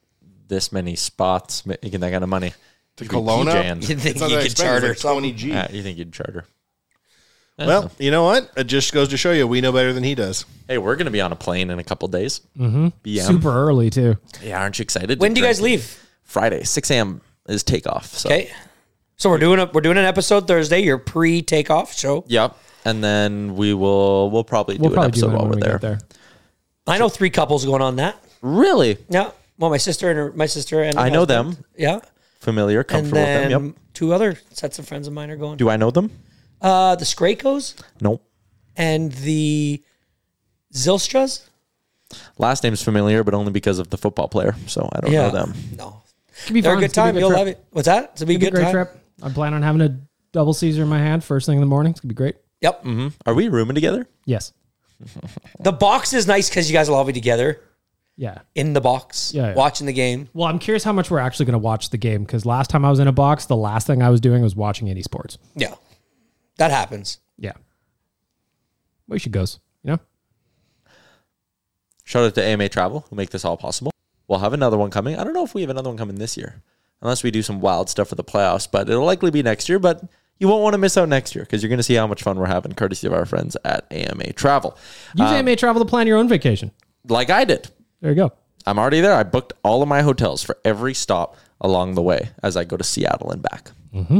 Speaker 9: this many spots, ma- making that kind of money,
Speaker 7: To
Speaker 9: you'd be
Speaker 7: Kelowna.
Speaker 9: PJing.
Speaker 8: You think
Speaker 7: It's not
Speaker 8: you
Speaker 7: that
Speaker 8: could
Speaker 7: expensive.
Speaker 8: charter
Speaker 7: It's like
Speaker 8: something?
Speaker 7: Tony G.
Speaker 9: Yeah, you think you'd charter? I don't know.
Speaker 7: Well, you know what? It just goes to show you we know better than he does.
Speaker 9: hey, we're gonna be on a plane in a couple days. BM.
Speaker 5: super early too
Speaker 9: Yeah, aren't you excited?
Speaker 8: Mm-hmm. When do you guys
Speaker 9: Drink.
Speaker 8: leave?
Speaker 9: Friday, six a.m. is takeoff. So.
Speaker 8: Okay. So we're doing a we're doing an episode Thursday. Your pre takeoff show.
Speaker 9: Yep. And then we will we'll probably do
Speaker 5: we'll
Speaker 9: an
Speaker 5: probably do
Speaker 9: episode
Speaker 5: it
Speaker 9: while
Speaker 5: when
Speaker 9: we're
Speaker 5: we
Speaker 9: there.
Speaker 5: get there
Speaker 8: I know three couples going on that.
Speaker 9: Really?
Speaker 8: Yeah. Well, my sister and her, my sister and her
Speaker 9: I know
Speaker 8: husband.
Speaker 9: them.
Speaker 8: Yeah.
Speaker 9: Familiar,
Speaker 8: And
Speaker 9: comfortable
Speaker 8: then
Speaker 9: with them. Yep.
Speaker 8: two other sets of friends of mine are going.
Speaker 9: Do I know them?
Speaker 8: Uh, the Skrakos
Speaker 9: Nope.
Speaker 8: and the Zilstras.
Speaker 9: Last name's familiar, but only because of the football player. So I don't know them.
Speaker 8: No.
Speaker 5: Could be
Speaker 8: They're a
Speaker 5: fun.
Speaker 8: good
Speaker 5: It's gonna
Speaker 8: time.
Speaker 5: be
Speaker 8: You'll
Speaker 5: trip.
Speaker 8: love it. What's that? It's a
Speaker 5: It'll
Speaker 8: be
Speaker 5: be a
Speaker 8: good
Speaker 5: great
Speaker 8: time.
Speaker 5: trip i plan on having a double caesar in my hand first thing in the morning it's gonna be great
Speaker 8: Yep.
Speaker 9: Are we rooming together?
Speaker 5: yes
Speaker 8: The box is nice because you guys will all be together
Speaker 5: yeah
Speaker 8: in the box,
Speaker 5: Yeah, yeah.
Speaker 8: watching the game.
Speaker 5: well i'm curious how much we're actually gonna watch the game because last time i was in a box the last thing i was doing was watching any sports
Speaker 8: Yeah. That happens.
Speaker 5: Yeah. Way she goes, you know?
Speaker 9: Shout out to AMA Travel who make this all possible. We'll have another one coming. I don't know if we have another one coming this year, unless we do some wild stuff for the playoffs. But it'll likely be next year. But you won't want to miss out next year because you're going to see how much fun we're having, courtesy of our friends at AMA Travel, Uh,
Speaker 5: Use AMA travel to plan your own vacation.
Speaker 9: like I did.
Speaker 5: There you go.
Speaker 9: I'm already there. I booked all of my hotels for every stop along the way as I go to Seattle and back. Mm-hmm.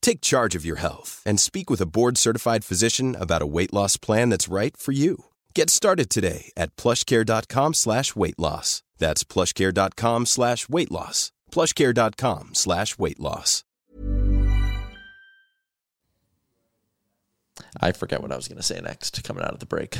Speaker 10: Take charge of your health and speak with a board-certified physician about a weight loss plan that's right for you. Get started today at plushcare.com slash weight loss. That's plushcare.com slash weight loss. Plushcare.com slash weight loss.
Speaker 9: I forget what I was going to say next coming out of the break.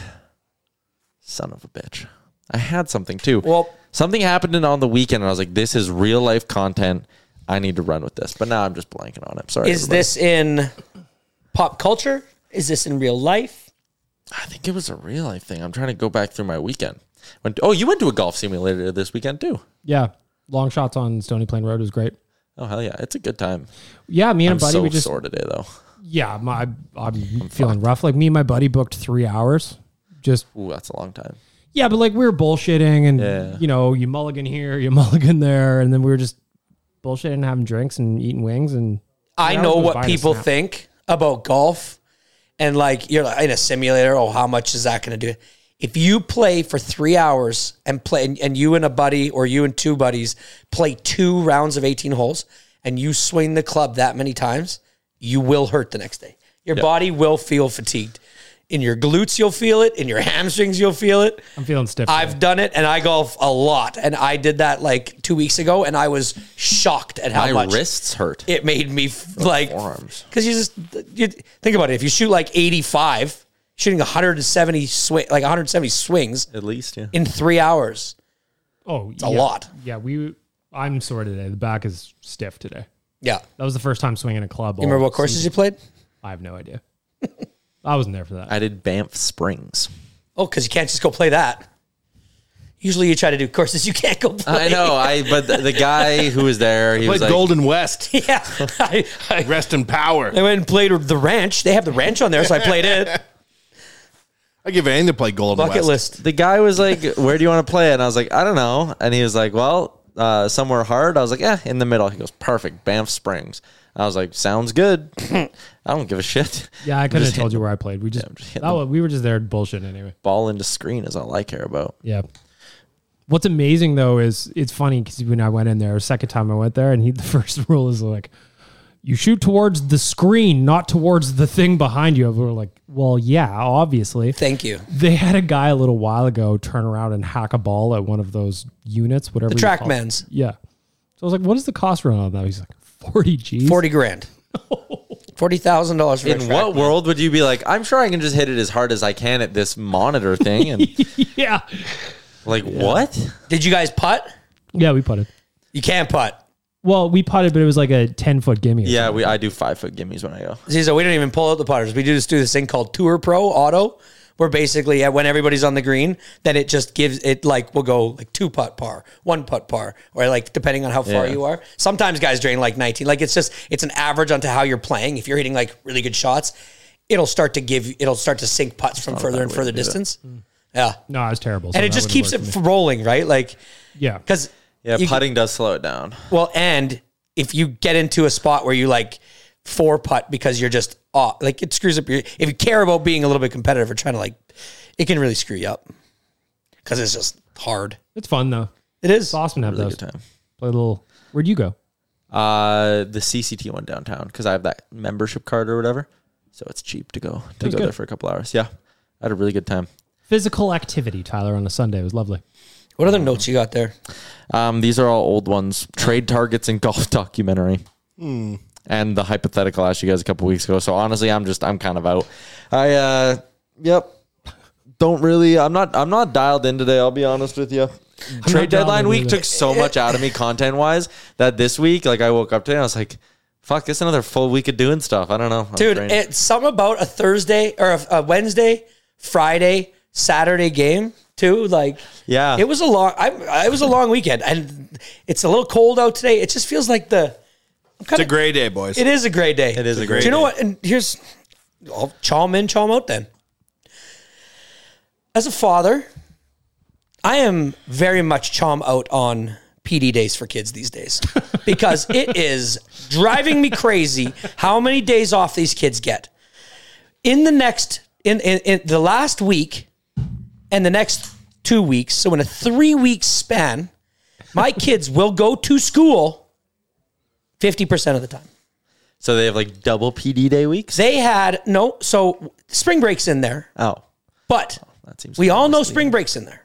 Speaker 9: Son of a bitch. I had something too. Well, something happened in- on the weekend, and I was like, this is real life content. I need to run with this. But now I'm just blanking on it. Sorry.
Speaker 8: Is this in pop culture? Is this in real life?
Speaker 9: I think it was a real life thing. I'm trying to go back through my weekend. Went oh, you went to a golf simulator this weekend too.
Speaker 5: Yeah. Long shots on Stony Plain Road was great.
Speaker 9: Oh, hell yeah. It's a good time.
Speaker 5: Yeah, me and a
Speaker 9: I'm
Speaker 5: buddy,
Speaker 9: so
Speaker 5: we just-
Speaker 9: sore today, though.
Speaker 5: Yeah, my I'm, feeling rough. Like me and my buddy booked three hours. Just
Speaker 9: Ooh, that's a long time.
Speaker 5: yeah, but like we were bullshitting and
Speaker 9: Yeah.
Speaker 5: you know you mulligan here, you mulligan there, and then we were just bullshitting, and having drinks and eating wings. And
Speaker 8: I
Speaker 5: three
Speaker 8: know
Speaker 5: hours goes by
Speaker 8: what
Speaker 5: in a
Speaker 8: people
Speaker 5: snap.
Speaker 8: think about golf, and like you're like in a simulator. Oh, how much is that going to do? If you play for three hours and play, and, and you and a buddy or you and two buddies play two rounds of eighteen holes, and you swing the club that many times, you will hurt the next day. Your
Speaker 5: Yeah.
Speaker 8: body will feel fatigued. In your glutes, you'll feel it. In your hamstrings, you'll feel it.
Speaker 5: I'm feeling stiff.
Speaker 8: I've done it, and I golf a lot, and I did that like two weeks ago, and I was shocked at how
Speaker 9: my
Speaker 8: much
Speaker 9: wrists hurt.
Speaker 8: it made me f- like because you just you, think about it. If you shoot like 85, shooting 170 swing, like 170 swings
Speaker 9: at least, yeah,
Speaker 8: in three hours.
Speaker 5: Oh,
Speaker 8: It's a lot.
Speaker 5: Yeah, we. I'm sore today. The back is stiff today.
Speaker 8: Yeah.
Speaker 5: that was the first time swinging a club.
Speaker 8: You remember
Speaker 9: Oh,
Speaker 8: what courses you played?
Speaker 5: I have no idea. I wasn't there for that.
Speaker 9: I did Banff Springs.
Speaker 8: Oh, because you can't just go play that. Usually, you try to do courses you can't go play.
Speaker 9: I know. I but the, the guy who was there, he
Speaker 8: Played
Speaker 9: was like,
Speaker 8: Golden
Speaker 7: West.
Speaker 8: yeah, I, I,
Speaker 7: rest in power.
Speaker 8: I went and played the ranch. They have the ranch on there, so I played it.
Speaker 7: I give anything to play Golden
Speaker 8: Bucket
Speaker 7: West.
Speaker 8: list.
Speaker 9: The guy was like, "Where do you want to play?" it?" And I was like, "I don't know." And he was like, "Well, uh, somewhere hard." I was like, "Yeah, in the middle." He goes, "Perfect, Banff Springs." I was like, "Sounds good." I don't give a shit.
Speaker 5: Yeah, I
Speaker 9: I'm
Speaker 5: couldn't
Speaker 9: just
Speaker 5: have told you where I played. We just, that was, we were just there bullshit anyway.
Speaker 9: Ball into screen is all I care about.
Speaker 5: Yeah. What's amazing though is it's funny because when I went in there, second time I went there, and he the first rule is like, you shoot towards the screen, not towards the thing behind you. And We're like, well, yeah, obviously.
Speaker 8: Thank you.
Speaker 5: They had a guy a little while ago turn around and hack a ball at one of those units, whatever.
Speaker 8: The
Speaker 5: you call it.
Speaker 8: Trackmans.
Speaker 5: Yeah. So I was like, what is the cost run on that? He's like, forty G's.
Speaker 8: Forty grand. Forty thousand dollars for a
Speaker 9: In
Speaker 8: track
Speaker 9: what
Speaker 8: man.
Speaker 9: world would you be like? I'm sure I can just hit it as hard as I can at this monitor thing, and
Speaker 5: yeah,
Speaker 9: like what?
Speaker 8: Did you guys putt?
Speaker 5: Yeah, we putted.
Speaker 8: You can't putt.
Speaker 5: Well, we putted, but it was like a ten foot gimme. or
Speaker 9: Yeah, we I do five foot gimmies when I go.
Speaker 8: See, so we don't even pull out the putters. We do just do this thing called Tour Pro Auto, where basically uh, when everybody's on the green, then it just gives it like we'll go like two putt par, one putt par, or like depending on how far
Speaker 9: Yeah.
Speaker 8: you are. Sometimes guys drain like 19. Like it's just it's an average onto how you're playing. If you're hitting like really good shots, it'll start to give it'll start to sink putts from
Speaker 5: not a
Speaker 8: further
Speaker 5: bad
Speaker 8: and
Speaker 5: way
Speaker 8: further
Speaker 5: to do that. Mm.
Speaker 8: distance. Yeah.
Speaker 5: No, it was terrible. so
Speaker 8: and it
Speaker 5: that
Speaker 8: just
Speaker 5: wouldn't
Speaker 8: keeps
Speaker 5: work
Speaker 8: it
Speaker 5: for me.
Speaker 8: f- rolling, right? Like
Speaker 5: Yeah.
Speaker 8: Cuz
Speaker 9: Yeah, putting does slow it down.
Speaker 8: well, and if you get into a spot where you like four putt because you're just off, like it screws up your. If you care about being a little bit competitive or trying to like, it can really screw you up because it's just hard.
Speaker 5: It's fun though.
Speaker 8: It is. It's
Speaker 5: awesome to have
Speaker 9: Really
Speaker 5: those.
Speaker 9: good time.
Speaker 5: Play a little. Where'd you go?
Speaker 9: Uh, the CCT one downtown because I have that membership card or whatever, so it's cheap to go to
Speaker 5: Sounds
Speaker 9: go
Speaker 5: good.
Speaker 9: there for a couple hours. Yeah, I had a really good time.
Speaker 5: Physical activity, Tyler, on a Sunday It was lovely.
Speaker 8: What other notes you got there?
Speaker 9: Um, these are all old ones. Trade targets and golf documentary.
Speaker 5: Hmm.
Speaker 9: And the hypothetical I asked you guys a couple weeks ago. So honestly, I'm just I'm kind of out. I uh yep. Don't really I'm not I'm not dialed in today, I'll be honest with you. Trade
Speaker 5: not dialed
Speaker 9: deadline
Speaker 5: in
Speaker 9: week
Speaker 5: either.
Speaker 9: took so much out of me content wise that this week, like I woke up today and I was like, fuck, it's another full week of doing stuff. I don't know. I'm
Speaker 8: Dude,
Speaker 9: drained.
Speaker 8: it's some about a Thursday or a, a Wednesday, Friday, Saturday game too. Like,
Speaker 9: yeah.
Speaker 8: it was a long. I, it was a long weekend, and it's a little cold out today. It just feels like the. I'm
Speaker 7: It's
Speaker 8: kinda-
Speaker 7: a gray day, boys.
Speaker 8: It is a great day. It
Speaker 9: is a great
Speaker 8: Do you know
Speaker 9: day.
Speaker 8: what? And here's, I'll chom in, chom out then. As a father, I am very much chom out on PD days for kids these days because it is driving me crazy how many days off these kids get. In the next, in, in, in the last week and the next two weeks, so in a three week span, my kids will go to school 50% of the time.
Speaker 6: So they have like double PD day weeks?
Speaker 8: They had no. So spring break's in there.
Speaker 6: Oh.
Speaker 8: But we all know spring break's in there.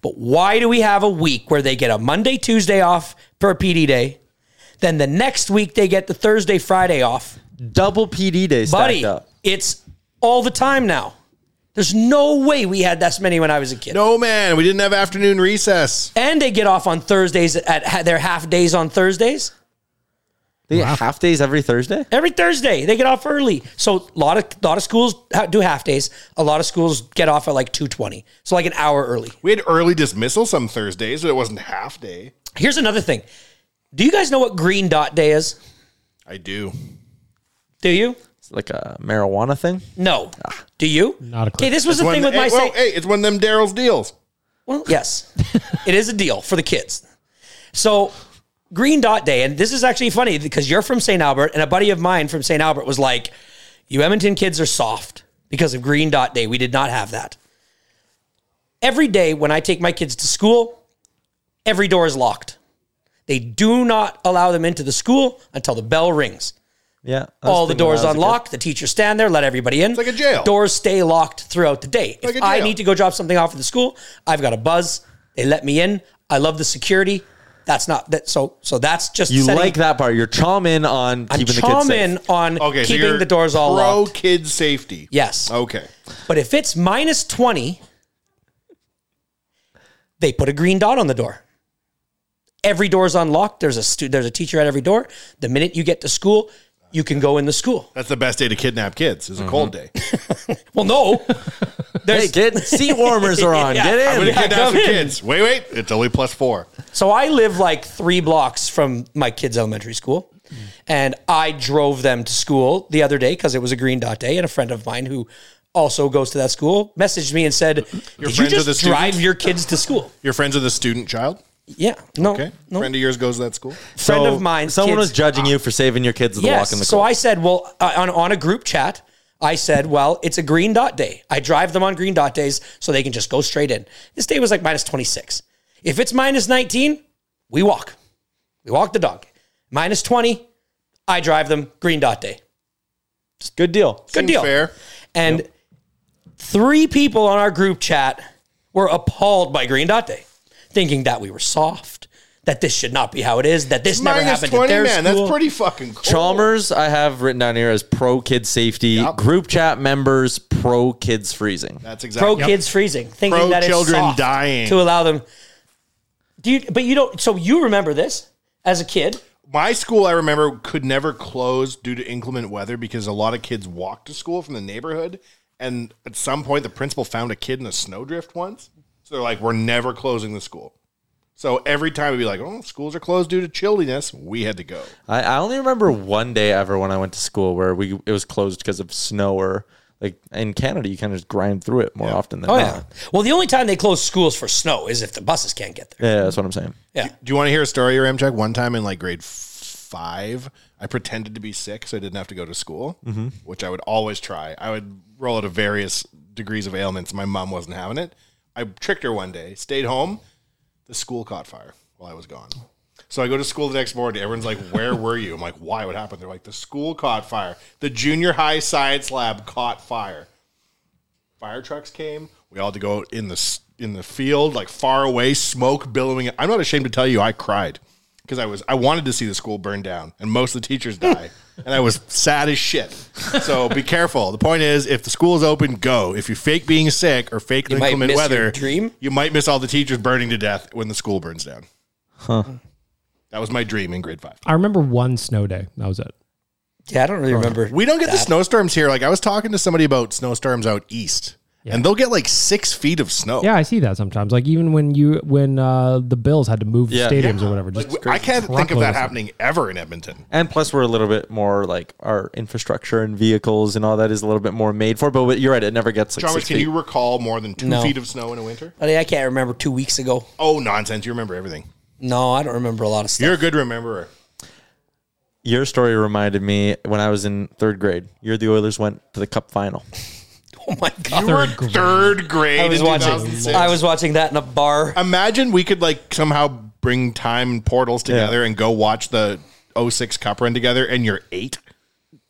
Speaker 8: But why do we have a week where they get a Monday, Tuesday off for a PD day? Then the next week they get the Thursday, Friday off.
Speaker 6: Double PD days,
Speaker 8: buddy.
Speaker 6: stacked up.
Speaker 8: It's all the time now. There's no way we had that many when I was a kid.
Speaker 7: No man, we didn't have afternoon recess.
Speaker 8: And they get off on Thursdays at ha- their half days on Thursdays.
Speaker 6: They get half days every Thursday.
Speaker 8: Every Thursday they get off early. So a lot of lot of schools ha- do half days. A lot of schools get off at like two twenty. So like an hour early.
Speaker 7: We had early dismissal some Thursdays, but it wasn't half day.
Speaker 8: Here's another thing. Do you guys know what Green Dot Day is?
Speaker 7: I do.
Speaker 8: Do you?
Speaker 6: It's like a marijuana thing.
Speaker 8: No. Do you?
Speaker 6: Not a
Speaker 8: Okay, this was
Speaker 7: It's
Speaker 8: the
Speaker 7: one-
Speaker 8: thing with
Speaker 7: hey,
Speaker 8: my
Speaker 7: well,
Speaker 8: sa-
Speaker 7: hey, it's one of them Daryl's deals.
Speaker 8: Well, yes, it is a deal for the kids. So, Green Dot Day, and this is actually funny because you're from St. Albert, and a buddy of mine from St. Albert was like, You Edmonton kids are soft because of Green Dot Day. We did not have that. Every day when I take my kids to school, every door is locked. They do not allow them into the school until the bell rings.
Speaker 6: Yeah. I was
Speaker 8: All the
Speaker 6: thinking when
Speaker 8: doors
Speaker 6: I was a kid.
Speaker 8: unlocked. The teachers stand there, let everybody in. It's like a jail. Doors stay locked throughout the day.
Speaker 6: Like
Speaker 8: if
Speaker 6: a
Speaker 8: I
Speaker 6: jail.
Speaker 8: need to go drop something off at the school, I've got a buzz. They let me in. I love the security. That's not that. So so that's just
Speaker 6: You
Speaker 8: setting-
Speaker 6: like that part. You're chomming on
Speaker 8: I'm
Speaker 6: keeping the kids safe.
Speaker 8: chomming on
Speaker 6: so
Speaker 8: keeping
Speaker 6: you're
Speaker 8: the doors all
Speaker 7: pro Oh.
Speaker 8: locked.
Speaker 7: kid safety.
Speaker 8: Yes.
Speaker 7: Okay.
Speaker 8: But if it's minus twenty, they put a green dot on the door. Every door is unlocked. There's a stu- there's a teacher at every door. The minute you get to school, you can go in the school.
Speaker 7: That's the best day to kidnap kids.
Speaker 8: Mm-hmm.
Speaker 7: Is a cold day.
Speaker 8: Well, no. There's-
Speaker 6: hey, kid, seat warmers are on.
Speaker 8: Yeah.
Speaker 6: Get in.
Speaker 7: I'm gonna
Speaker 8: Yeah,
Speaker 7: kidnap
Speaker 8: come
Speaker 7: some
Speaker 8: in.
Speaker 7: kids. Wait, wait. It's only plus four.
Speaker 8: So I live like three blocks from my kids' elementary school. And I drove them to school the other day because it was a green dot day. And a friend of mine who also goes to that school messaged me and said, Did you
Speaker 7: friends are
Speaker 8: just
Speaker 7: the students?"
Speaker 8: drive your kids to school?
Speaker 7: Your friends with a student child.
Speaker 8: Yeah. Oh, No.
Speaker 7: Okay. Friend of yours goes to that school.
Speaker 8: Friend of mine.
Speaker 6: Someone was judging you for saving your kids the walk in the
Speaker 8: So
Speaker 6: cold.
Speaker 8: I said, well, uh, on, on a group chat, I said, well, it's a green dot day. I drive them on green dot days so they can just go straight in. This day was like minus 26. If it's minus 19, we walk. We walk the dog. Minus 20, I drive them green dot day.
Speaker 6: Good deal.
Speaker 8: Good
Speaker 7: Seems
Speaker 8: deal.
Speaker 7: fair.
Speaker 8: And three people on our group chat were appalled by green dot day, thinking that we were soft. That this should not be how it is. That this never
Speaker 7: Minus
Speaker 8: happened at
Speaker 7: 20
Speaker 8: their
Speaker 7: man.
Speaker 8: school.
Speaker 7: That's pretty fucking cool.
Speaker 6: Chalmers, I have written down here as pro kid safety. Group chat members, pro kids freezing.
Speaker 7: That's
Speaker 8: pro kids freezing, thinking
Speaker 7: Pro
Speaker 8: that it's
Speaker 7: children
Speaker 8: soft
Speaker 7: dying.
Speaker 8: to allow them. Do you? But you don't. So you remember this as a kid?
Speaker 7: My school, I remember, could never close due to inclement weather because a lot of kids walked to school from the neighborhood. And at some point, the principal found a kid in a snowdrift once. So they're like, we're never closing the school. So every time we'd be like, oh, schools are closed due to chilliness. We had to go.
Speaker 6: I, I only remember one day ever when I went to school where we it was closed because of snow or like in Canada you kind of just grind through it more often than
Speaker 8: Oh
Speaker 6: not.
Speaker 8: yeah. Well, the only time they close schools for snow is if the buses can't get there.
Speaker 6: Yeah. that's what I'm saying.
Speaker 8: Yeah.
Speaker 7: Do, do you want to hear a story, Ramchak? One time in like grade five, I pretended to be sick so I didn't have to go to school,
Speaker 6: Mhm.
Speaker 7: which I would always try. I would roll out of various degrees of ailments. My mom wasn't having it. I tricked her one day, stayed home. The school caught fire while I was gone. So I go to school the next morning. Everyone's like, Where were you? I'm like, Why? What happened? They're like, The school caught fire. The junior high science lab caught fire. Fire trucks came. We all had to go out in the s- in the field, like far away, smoke billowing. I'm not ashamed to tell you, I cried because I was I wanted to see the school burn down and most of the teachers die, and I was sad as shit. So be careful. The point is, if the school is open, go. If you fake being sick or fake the
Speaker 8: You might
Speaker 7: inclement
Speaker 8: miss
Speaker 7: weather,
Speaker 8: your dream.
Speaker 7: you might miss all the teachers burning to death when the school burns down.
Speaker 6: Huh.
Speaker 7: That was my dream in grade five.
Speaker 5: I remember one snow day. That was it.
Speaker 8: Yeah, I don't really remember.
Speaker 7: We don't get the
Speaker 8: that.
Speaker 7: snowstorms here. Like I was talking to somebody about snowstorms out east, and they'll get like six feet of snow.
Speaker 5: Yeah, I see that sometimes. Like even when you when uh, the Bills had to move the stadiums or whatever.
Speaker 7: Like,
Speaker 5: Just
Speaker 7: I can't think of
Speaker 5: truckload
Speaker 7: that
Speaker 5: stuff.
Speaker 7: happening ever in Edmonton.
Speaker 6: And plus we're a little bit more like our infrastructure and vehicles and all that is a little bit more made for. But what- you're right, it never gets like
Speaker 7: Chalmers,
Speaker 6: six
Speaker 7: can
Speaker 6: feet.
Speaker 7: you recall more than two
Speaker 6: No.
Speaker 7: feet of snow in a winter?
Speaker 8: Buddy, I can't remember two weeks ago.
Speaker 7: Oh, nonsense. You remember everything.
Speaker 8: No, I don't remember a lot of stuff.
Speaker 7: You're a good rememberer.
Speaker 6: Your story reminded me when I was in third grade. Year the Oilers went to the Cup final.
Speaker 7: You were third grade.
Speaker 8: Oh I was
Speaker 7: in
Speaker 8: watching.
Speaker 7: 2006.
Speaker 8: I was watching that in a bar.
Speaker 7: Imagine we could like somehow oh bring time portals together and go watch the 06 Cup run together, and you're eight.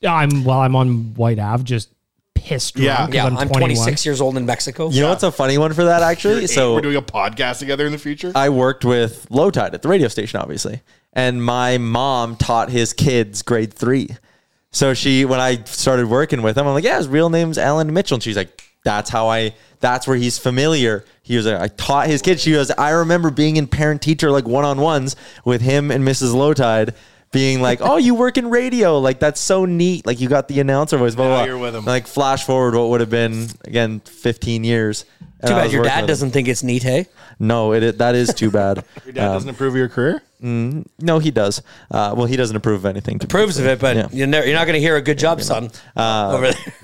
Speaker 5: Yeah, I'm well. I'm on White Ave, just pissed. drunk 'cause
Speaker 8: yeah. I'm,
Speaker 5: 21.
Speaker 8: 26 years old in Mexico.
Speaker 9: You know what's a funny one for that
Speaker 7: You're
Speaker 9: actually?
Speaker 7: eight,
Speaker 9: So
Speaker 7: we're doing a podcast together in the future.
Speaker 9: I worked with Low Tide at the radio station, obviously, and my mom taught his kids grade three. So she, when I started working with him, I'm like, yeah, his real name's Alan Mitchell, and she's like, that's how I, that's where he's familiar. He was like, I taught his kids. She goes, I remember being in parent teacher like one on ones with him and Mrs. Low Tide. Being like, oh, you work in radio, like that's so neat. Like you got the announcer voice, blah blah.
Speaker 7: Now
Speaker 9: blah.
Speaker 7: you're with him.
Speaker 9: And, like flash forward, what would have been again, fifteen years.
Speaker 8: Too bad your dad doesn't think it's neat, hey?
Speaker 9: No, it, it that is too bad.
Speaker 7: Your dad doesn't approve of your career?
Speaker 9: Mm, no, he does. Uh, well, he doesn't approve of anything. To
Speaker 8: Approves of it, but you're, never, you're not going to hear a good job, son. over there.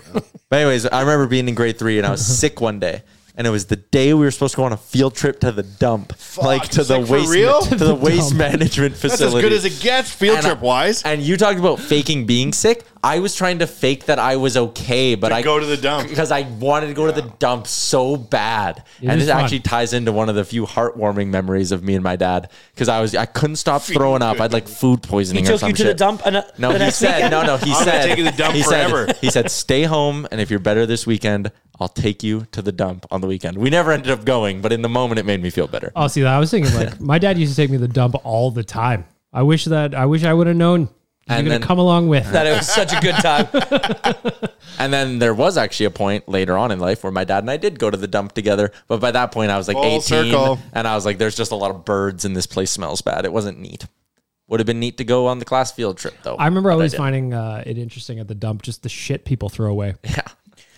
Speaker 9: but anyways, I remember being in grade three and I was sick one day. And it was the day we were supposed to go on a field trip to the dump, like to the
Speaker 7: like, for
Speaker 9: waste
Speaker 7: real?
Speaker 9: to the waste management
Speaker 7: That's as
Speaker 9: facility.
Speaker 7: good as it gets, field trip wise.
Speaker 9: And you talked about faking being sick. I was trying to fake that I was okay, but
Speaker 7: To
Speaker 9: I
Speaker 7: go to the dump.
Speaker 9: because I wanted to go to the dump so bad.
Speaker 7: It
Speaker 9: and
Speaker 7: is
Speaker 9: this
Speaker 7: fun.
Speaker 9: actually ties into one of the few heartwarming memories of me and my dad because I was I couldn't stop throwing up. I'd like food poisoning
Speaker 8: He
Speaker 9: or
Speaker 8: took
Speaker 9: some
Speaker 8: you to the
Speaker 9: shit.
Speaker 8: dump uh, an-
Speaker 9: No,
Speaker 8: the
Speaker 9: he
Speaker 8: next
Speaker 9: said,
Speaker 8: weekend?
Speaker 9: no, no,
Speaker 8: I'm
Speaker 9: he
Speaker 8: gonna
Speaker 9: said,
Speaker 8: take you to the dump
Speaker 9: he
Speaker 8: forever.
Speaker 9: Said, he said, stay home, and if you're better this weekend, I'll take you to the dump on the weekend. We never ended up going, but in the moment, it made me feel better.
Speaker 5: Oh, see, I was thinking like my dad used to take me to the dump all the time. I wish that I wish I would have known. You're
Speaker 9: And
Speaker 5: gonna
Speaker 9: then-
Speaker 5: come along with
Speaker 8: That it was such a good time.
Speaker 9: And then there was actually a point later on in life where my dad and I did go to the dump together. But by that point, I was like
Speaker 7: Full
Speaker 9: 18.
Speaker 7: circle.
Speaker 9: And I was like, there's just a lot of birds and this place smells bad. It wasn't neat. Would have been neat to go on the class field trip, though.
Speaker 5: I remember
Speaker 9: But
Speaker 5: always
Speaker 9: didn't.
Speaker 5: finding uh, it interesting at the dump, just the shit people throw away. Yeah.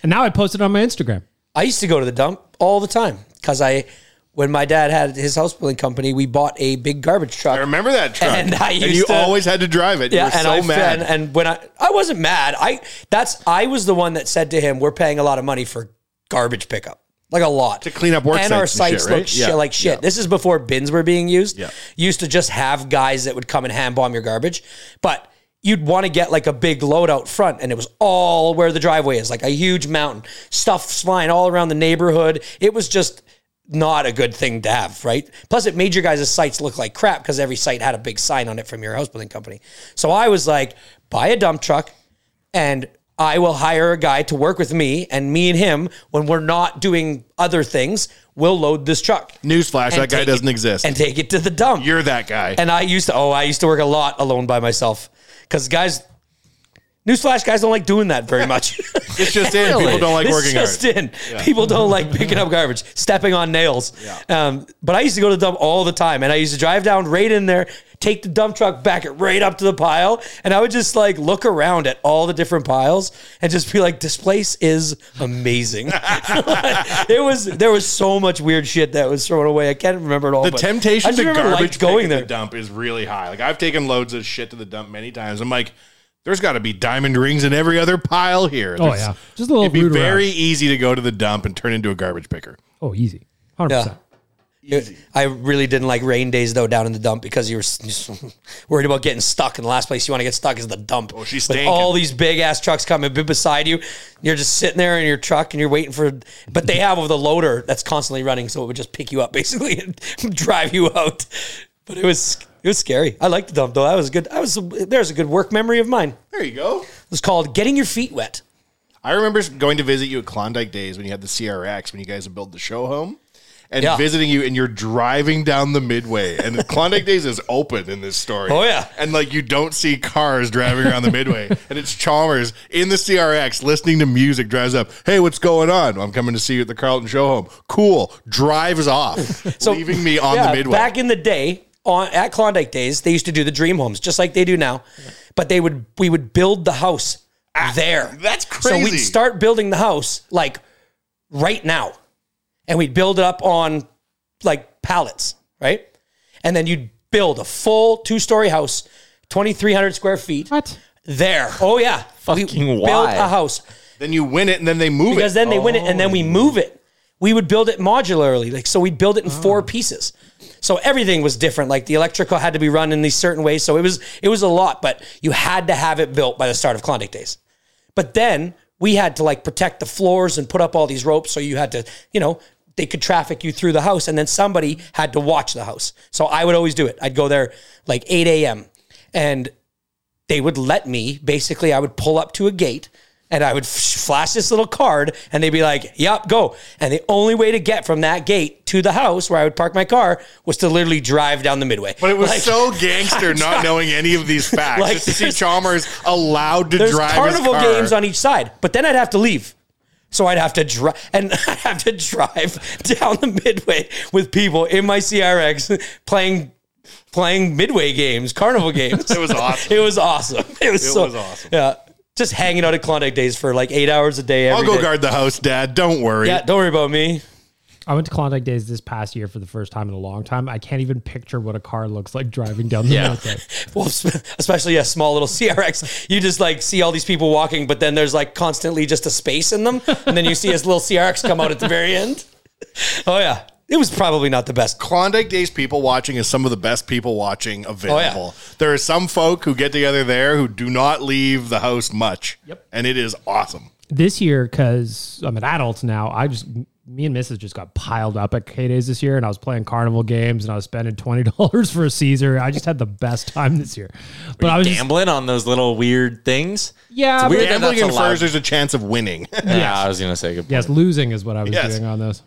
Speaker 5: And now I post it on my Instagram.
Speaker 8: I used to go to the dump all the time because I, when my dad had his house building company, we bought a big garbage truck. I
Speaker 7: remember that truck.
Speaker 8: and I
Speaker 7: And
Speaker 8: used
Speaker 7: you
Speaker 8: to,
Speaker 7: always had to drive it. You were so
Speaker 8: I,
Speaker 7: mad.
Speaker 8: And, and when I, I wasn't mad. I that's I was the one that said to him, "We're paying a lot of money for garbage pickup, like a lot to
Speaker 7: clean up work
Speaker 8: And our
Speaker 7: sites and shit,
Speaker 8: sites
Speaker 7: right?
Speaker 8: look
Speaker 7: Yeah.
Speaker 8: shit like shit. This is before bins were being used.
Speaker 7: Yeah.
Speaker 8: You used to just have guys that would come and hand bomb your garbage, but." You'd want to get like a big load out front, and it was all where the driveway is, like a huge mountain. Stuff's flying all around the neighborhood. It was just not a good thing to have, right? Plus, it made your guys' sites look like crap because every site had a big sign on it from your house building company. So I was like, buy a dump truck and I will hire a guy to work with me, and me and him, when we're not doing other things, will load this truck.
Speaker 7: Newsflash,
Speaker 8: And
Speaker 7: that guy
Speaker 8: take
Speaker 7: doesn't
Speaker 8: it-
Speaker 7: exist.
Speaker 8: And take it to the dump.
Speaker 7: You're that guy.
Speaker 8: And I used to, oh, I used to work a lot alone by myself because guys, newsflash, guys don't like doing that very much.
Speaker 7: It's just in. People don't like
Speaker 8: It's
Speaker 7: working
Speaker 8: just
Speaker 7: hard.
Speaker 8: in.
Speaker 7: Yeah.
Speaker 8: People don't like picking up garbage, stepping on nails. Um, but I used to go to the dump all the time, and I used to drive down right in there, take the dump truck, back it right up to the pile, and I would just like look around at all the different piles and just be like, "This place is amazing." it was there was so much weird shit that was thrown away. I can't remember it all.
Speaker 7: the
Speaker 8: but I
Speaker 7: temptation
Speaker 8: just
Speaker 7: to
Speaker 8: remember, like,
Speaker 7: garbage
Speaker 8: going there.
Speaker 7: The dump is really high. Like I've taken loads of shit to the dump many times. I'm like, there's got to be diamond rings in every other pile here.
Speaker 5: Oh,
Speaker 7: There's-
Speaker 5: yeah. Just a little
Speaker 7: It'd be
Speaker 5: root around.
Speaker 7: very easy to go to the dump and turn into a garbage picker.
Speaker 5: Oh, easy. 100%.
Speaker 8: It- I really didn't like rain days though down in the dump because you were s- just worried about getting stuck, and the last place you want to get stuck is the dump. Oh, she's With
Speaker 7: stinking.
Speaker 8: all these big ass trucks coming b- beside you, you're just sitting there in your truck and you're waiting for. But they have the loader that's constantly running, so it would just pick you up basically and drive you out. But it was it was scary. I liked the dump though. That was good. I was there's a good work memory of mine.
Speaker 7: There you go.
Speaker 8: It's called getting your feet wet.
Speaker 7: I remember going to visit you at Klondike Days when you had the CRX when you guys had built the show home. And
Speaker 8: Yeah.
Speaker 7: visiting you, and you're driving down the midway, and the Klondike Days is open in this story.
Speaker 8: Oh, yeah.
Speaker 7: and like you don't see cars driving around the midway, and it's Chalmers in the CRX listening to music. Drives up, hey, what's going on? I'm coming to see you at the Carlton Show Home. Cool. Drives off, leaving me on
Speaker 8: Yeah,
Speaker 7: the midway.
Speaker 8: Back in the day, on at Klondike days, they used to do the dream homes just like they do now, but they would we would build the house there.
Speaker 7: Ah, That's
Speaker 8: So
Speaker 7: crazy.
Speaker 8: we'd start building the house like right now, and we'd build it up on like pallets, right? And then you'd build a full two story house, twenty three hundred square feet.
Speaker 5: What?
Speaker 8: There. Oh yeah.
Speaker 9: Fucking
Speaker 8: we build
Speaker 9: why?
Speaker 8: a house
Speaker 7: then you win it, and then they move
Speaker 8: because
Speaker 7: it.
Speaker 8: then they win it and then we move it. We would build it modularly, like so we'd build it in four pieces. So everything was different. Like the electrical had to be run in these certain ways. So it was it was a lot, but you had to have it built by the start of Klondike days. But then we had to like protect the floors and put up all these ropes. So you had to, you know, they could traffic you through the house. And then somebody had to watch the house. So I would always do it. I'd go there like 8 a.m. and they would let me basically i would pull up to a gate and i would f- flash this little card and they'd be like yep go and the only way to get from that gate to the house where i would park my car was to literally drive down the midway
Speaker 7: But it was
Speaker 8: Like-
Speaker 7: so gangster
Speaker 8: I'm
Speaker 7: not
Speaker 8: trying-
Speaker 7: knowing any of these facts.
Speaker 8: Like,
Speaker 7: just to see
Speaker 8: there's-
Speaker 7: Chalmers allowed to
Speaker 8: there's
Speaker 7: drive
Speaker 8: carnival
Speaker 7: his car.
Speaker 8: games on each side, but then I'd have to leave. So I'd have to drive and I'd have to drive down the midway with people in my CRX playing playing midway games, carnival games.
Speaker 7: It was awesome.
Speaker 8: it was awesome. It was
Speaker 7: It
Speaker 8: so
Speaker 7: was awesome.
Speaker 8: Yeah. Just hanging out at Klondike Days for like eight hours a day.
Speaker 7: I'll
Speaker 8: every
Speaker 7: go
Speaker 8: day.
Speaker 7: guard the house, Dad. Don't worry.
Speaker 8: Yeah, don't worry about me.
Speaker 5: I went to Klondike Days this past year for the first time in a long time. I can't even picture what a car looks like driving down the
Speaker 8: Yeah.
Speaker 5: road. there.
Speaker 8: Well, sp- especially a small little CRX, you just like see all these people walking, but then there's like constantly just a space in them, and then you see this little CRX come out at the very end. Oh yeah, it was probably not the best.
Speaker 7: Klondike Days people watching is some of the best people watching available. There are some folk who get together there who do not leave the house much. Yep. And it is awesome.
Speaker 5: This year, because I'm an adult now, I just me and Mrs. just got piled up at K Days this year, and I was playing carnival games, and I was spending twenty dollars for a Caesar. I just had the best time this year. But I was just-
Speaker 9: gambling on those little weird things.
Speaker 5: Yeah,
Speaker 9: It's
Speaker 5: but-
Speaker 9: weird that
Speaker 7: Gambling
Speaker 9: that's
Speaker 7: infers
Speaker 9: allowed.
Speaker 7: there's a chance of winning.
Speaker 9: Yeah, I was gonna say good.
Speaker 5: yes, losing is what I was
Speaker 8: Yes.
Speaker 5: doing on this.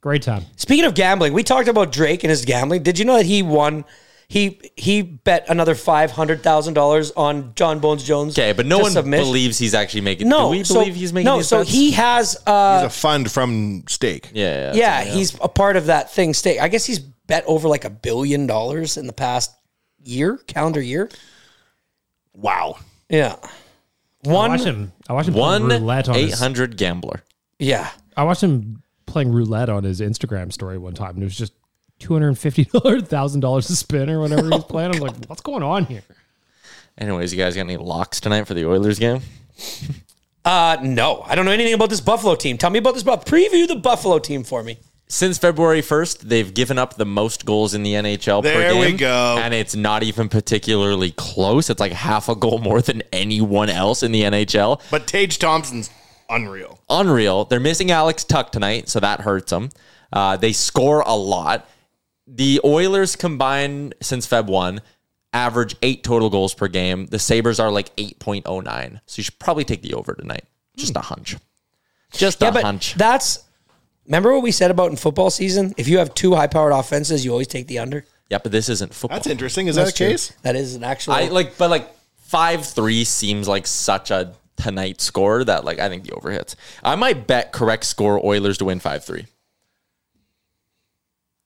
Speaker 5: Great time.
Speaker 8: Speaking of gambling, we talked about Drake and his gambling. Did you know that he won? He he bet another five hundred thousand dollars on John Bones Jones. Okay,
Speaker 9: But no one believes he's actually making.
Speaker 8: No,
Speaker 9: do we
Speaker 8: so-
Speaker 9: believe he's making.
Speaker 8: no,
Speaker 9: these
Speaker 8: so
Speaker 9: bets?
Speaker 8: he has. Uh,
Speaker 7: He's a fund from stake.
Speaker 9: Yeah,
Speaker 8: yeah, he's a part of that thing. Stake. I guess he's bet over like a billion dollars in the past year, calendar year.
Speaker 7: Wow.
Speaker 8: Yeah.
Speaker 5: I
Speaker 8: One.
Speaker 5: watched him. I watched him play
Speaker 9: one
Speaker 5: roulette on
Speaker 9: eight
Speaker 5: his.
Speaker 9: hundred gambler.
Speaker 8: Yeah.
Speaker 5: I watched him playing roulette on his Instagram story one time, and it was just two hundred and fifty dollars, thousand dollars a spin or whatever he was playing. I was like, "What's going on here?"
Speaker 9: Anyways, you guys got any locks tonight for the Oilers game?
Speaker 8: Uh, no, I don't know anything about this Buffalo team. Tell me about this. Buff. Preview the Buffalo team for me.
Speaker 9: Since February 1st, they've given up the most goals in the NHL per
Speaker 7: There
Speaker 9: game.
Speaker 7: we go.
Speaker 9: And it's not even particularly close. It's like half a goal more than anyone else in the NHL.
Speaker 7: But Tage Thompson's unreal.
Speaker 9: Unreal. They're missing Alex Tuck tonight, so that hurts them. Uh, they score a lot. The Oilers combined since Feb 1 average eight total goals per game. The Sabres are like 8.09. So you should probably take the over tonight. Just a hunch. Just
Speaker 8: yeah,
Speaker 9: a
Speaker 8: but
Speaker 9: hunch.
Speaker 8: that's. Remember what we said about in football season? If you have two high-powered offenses, you always take the under.
Speaker 9: Yeah, but this isn't football.
Speaker 7: That's interesting. Is
Speaker 8: That's
Speaker 7: that a
Speaker 8: true.
Speaker 7: case?
Speaker 8: That is an actual.
Speaker 9: I like, but like five three seems like such a tonight score that like I think the over hits. I might bet correct score Oilers to win five three.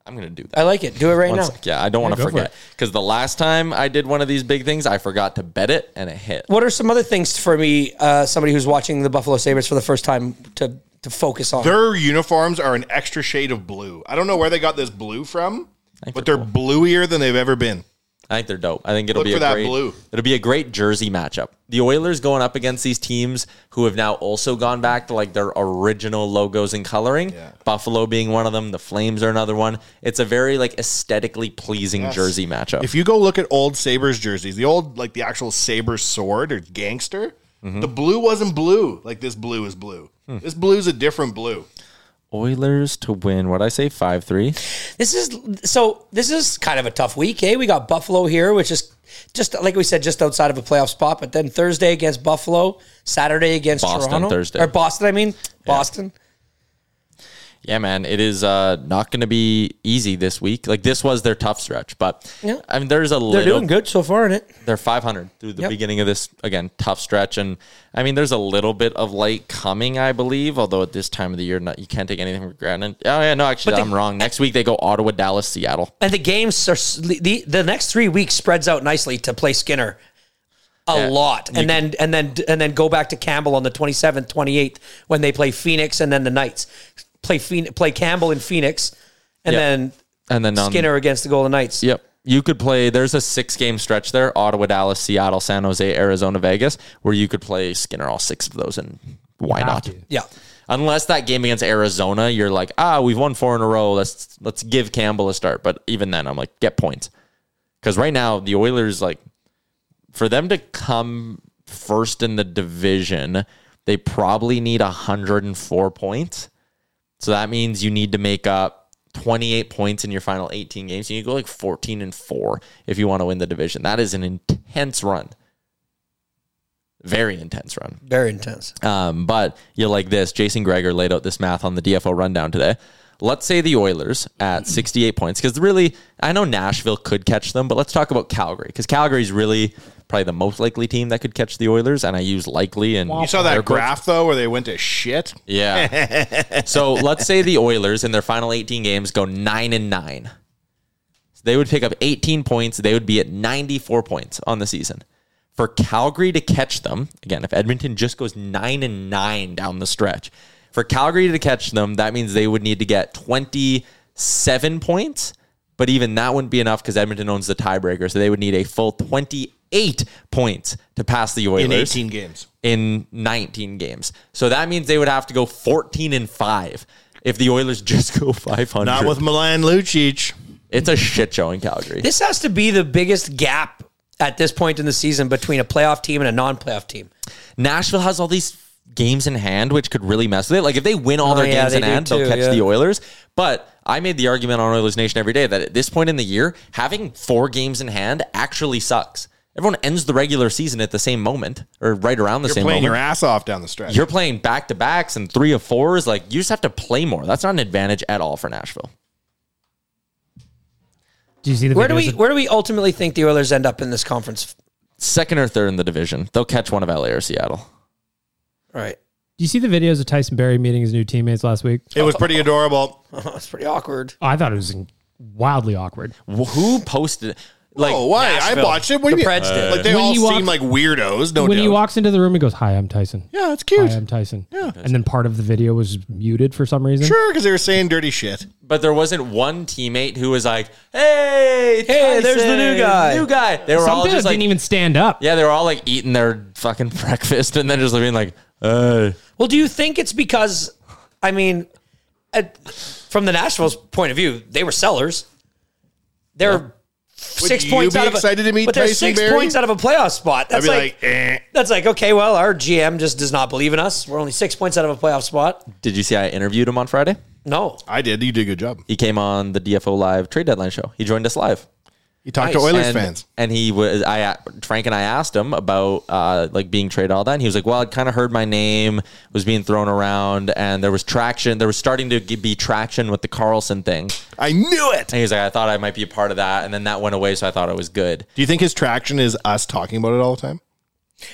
Speaker 9: I'm gonna do that.
Speaker 8: I like it. Do it right
Speaker 9: One
Speaker 8: now.
Speaker 9: sec. Yeah, I don't
Speaker 8: Yeah,
Speaker 9: want
Speaker 8: go
Speaker 9: to
Speaker 8: for
Speaker 9: forget
Speaker 8: it.
Speaker 9: because the last time I did one of these big things, I forgot to bet it and it hit.
Speaker 8: What are some other things for me, uh, somebody who's watching the Buffalo Sabres for the first time, to to focus on?
Speaker 7: Their uniforms are an extra shade of blue. I don't know where they got this blue from, but they're bluier than they've ever been.
Speaker 9: I think they're dope. I think it'll
Speaker 7: Look
Speaker 9: be
Speaker 7: for
Speaker 9: a
Speaker 7: that
Speaker 9: great
Speaker 7: blue.
Speaker 9: it'll be a great jersey matchup. The Oilers going up against these teams who have now also gone back to like their original logos and coloring. Buffalo being one of them, the Flames are another one. It's a very like aesthetically pleasing
Speaker 7: Yes.
Speaker 9: jersey matchup.
Speaker 7: If you go look at old Sabres jerseys, the old, like the actual Sabre sword or gangster, the blue wasn't blue. Like this blue is blue. This blue's a different blue.
Speaker 9: Oilers to win. What I say, five three.
Speaker 8: This is so. This is kind of a tough week. Hey, we got Buffalo here, which is just like we said, just outside of a playoff spot. But then Thursday against Buffalo, Saturday against
Speaker 9: Boston
Speaker 8: Toronto,
Speaker 9: Thursday.
Speaker 8: or Boston. I mean Boston.
Speaker 9: Yeah, man, it is uh, not going to be easy this week. Like this was their tough stretch, but
Speaker 8: Yeah.
Speaker 9: I mean, there's
Speaker 8: They're
Speaker 9: a little
Speaker 8: doing good so far in it.
Speaker 9: They're 500 through the
Speaker 8: Yep.
Speaker 9: beginning of this again tough stretch, and I mean, there's a little bit of light coming, I believe. Although at this time of the year, not you can't take anything for granted. Oh yeah, no, actually,
Speaker 8: But the-
Speaker 9: I'm wrong. Next week they go Ottawa, Dallas, Seattle.
Speaker 8: And the games are s- the the next three weeks spreads out nicely to play Skinner a
Speaker 9: Yeah.
Speaker 8: lot, and
Speaker 9: You
Speaker 8: then and then and then go back to Campbell on the twenty seventh, twenty eighth when they play Phoenix, and then the Knights play Phoen- play Campbell in Phoenix, and
Speaker 9: Yeah.
Speaker 8: then
Speaker 9: And then on-
Speaker 8: Skinner against the Golden Knights.
Speaker 9: Yep. You could play. There's a six game stretch there: Ottawa, Dallas, Seattle, San Jose, Arizona, Vegas, where you could play Skinner all six of those, and why not?
Speaker 8: Yeah.
Speaker 9: Unless that game against Arizona, you're like, ah, we've won four in a row. Let's let's give Campbell a start. But even then, I'm like, get points. Because right now, the Oilers, like, for them to come first in the division, they probably need 104 points. So that means you need to make up 28 points in your final 18 games. You need to go like 14 and four if you want to win the division. That is an intense run. Very intense run.
Speaker 8: Very intense.
Speaker 9: Um, but you're like this. Jason Greger laid out this math on the DFO rundown today. Let's say the Oilers at 68 points, because really, I know Nashville could catch them, but let's talk about Calgary, because Calgary's really probably the most likely team that could catch the Oilers, and I use likely. And
Speaker 7: You saw that
Speaker 9: air quotes.
Speaker 7: graph though, where they went to shit.
Speaker 9: Yeah. so let's say the Oilers in their final 18 games go 9 and 9. They would pick up 18 points. They would be at 94 points on the season. For Calgary to catch them, again, if Edmonton just goes 9 and 9 down the stretch, for Calgary to catch them, that means they would need to get 27 points. But even that wouldn't be enough because Edmonton owns the tiebreaker. So they would need a full 28 points to pass the Oilers
Speaker 7: In 18 games.
Speaker 9: in 19 games. So that means they would have to go 14 and 5 if the Oilers just go 500.
Speaker 7: Not with Milan Lucic.
Speaker 9: It's a shit show in Calgary.
Speaker 8: This has to be the biggest gap at this point in the season between a playoff team and a non-playoff team.
Speaker 9: Nashville has all these games in hand, which could really mess with it. Like if they win all
Speaker 8: Oh,
Speaker 9: their
Speaker 8: yeah,
Speaker 9: games
Speaker 8: they
Speaker 9: in
Speaker 8: do
Speaker 9: hand, they'll
Speaker 8: too,
Speaker 9: catch
Speaker 8: yeah.
Speaker 9: the Oilers. But I made the argument on Oilers Nation every day that at this point in the year, having four games in hand actually sucks. Everyone ends the regular season at the same moment or right around the
Speaker 7: You're
Speaker 9: same
Speaker 7: playing
Speaker 9: moment.
Speaker 7: your ass off down the stretch.
Speaker 9: You're playing back to backs and three of fours. Like you just have to play more. That's not an advantage at all for Nashville.
Speaker 5: Do you see the
Speaker 8: Where do
Speaker 5: videos
Speaker 8: we
Speaker 5: of-
Speaker 8: where do we ultimately think the Oilers end up in this conference?
Speaker 9: second or third in the division. They'll catch one of LA or Seattle.
Speaker 8: Right.
Speaker 5: Do you see the videos of Tyson Berry meeting his new teammates last week?
Speaker 7: It was pretty adorable.
Speaker 8: it's pretty awkward.
Speaker 5: Oh, I thought it was wildly awkward.
Speaker 9: Who posted? Like,
Speaker 7: oh, why? I watched it. What do you mean? Like they
Speaker 5: When
Speaker 7: all
Speaker 5: he
Speaker 7: seem
Speaker 5: walked-
Speaker 7: like weirdos. No
Speaker 5: when
Speaker 7: doubt.
Speaker 5: he walks into the room and goes, "Hi, I'm Tyson."
Speaker 7: yeah, it's cute.
Speaker 5: Hi, I'm Tyson. Yeah. And then part of the video was muted for some reason.
Speaker 7: Sure, because they were saying dirty shit.
Speaker 9: But there wasn't one teammate who was like, "Hey,
Speaker 8: Hey,
Speaker 9: Tyson,
Speaker 8: there's the new guy."
Speaker 9: new guy." They were
Speaker 5: Some
Speaker 9: all
Speaker 5: dudes
Speaker 9: just like,
Speaker 5: didn't even stand up.
Speaker 9: yeah, they were all like eating their fucking breakfast and then just being like, "Hey."
Speaker 8: Well, do you think it's because I mean at, from the Nashville's point of view, they were sellers. They're six
Speaker 7: you
Speaker 8: points
Speaker 7: be
Speaker 8: out of
Speaker 7: excited
Speaker 8: a,
Speaker 7: to meet
Speaker 8: but they're
Speaker 7: Tyson
Speaker 8: six
Speaker 7: Berry?
Speaker 8: points out of a playoff spot.
Speaker 7: I'd
Speaker 8: That's
Speaker 7: be
Speaker 8: like,
Speaker 7: like, eh.
Speaker 8: that's like okay, well, our GM just does not believe in us. We're only six points out of a playoff spot.
Speaker 9: Did you see I interviewed him on Friday?
Speaker 8: No,
Speaker 7: I did. You did a good job.
Speaker 9: He came on the DFO Live trade deadline show. He joined us live.
Speaker 7: You talked to Oilers
Speaker 9: and,
Speaker 7: fans.
Speaker 9: and he was I a- Frank and I asked him about uh, like being traded all that, and he was like, "Well, I'd kind of heard my name was being thrown around, and there was traction. There was starting to g- be traction with the Carlson thing."
Speaker 7: I knew it.
Speaker 9: And he was like, "I thought I might be a part of that," and then that went away, so I thought it was good.
Speaker 7: Do you think his traction is us talking about it all the time?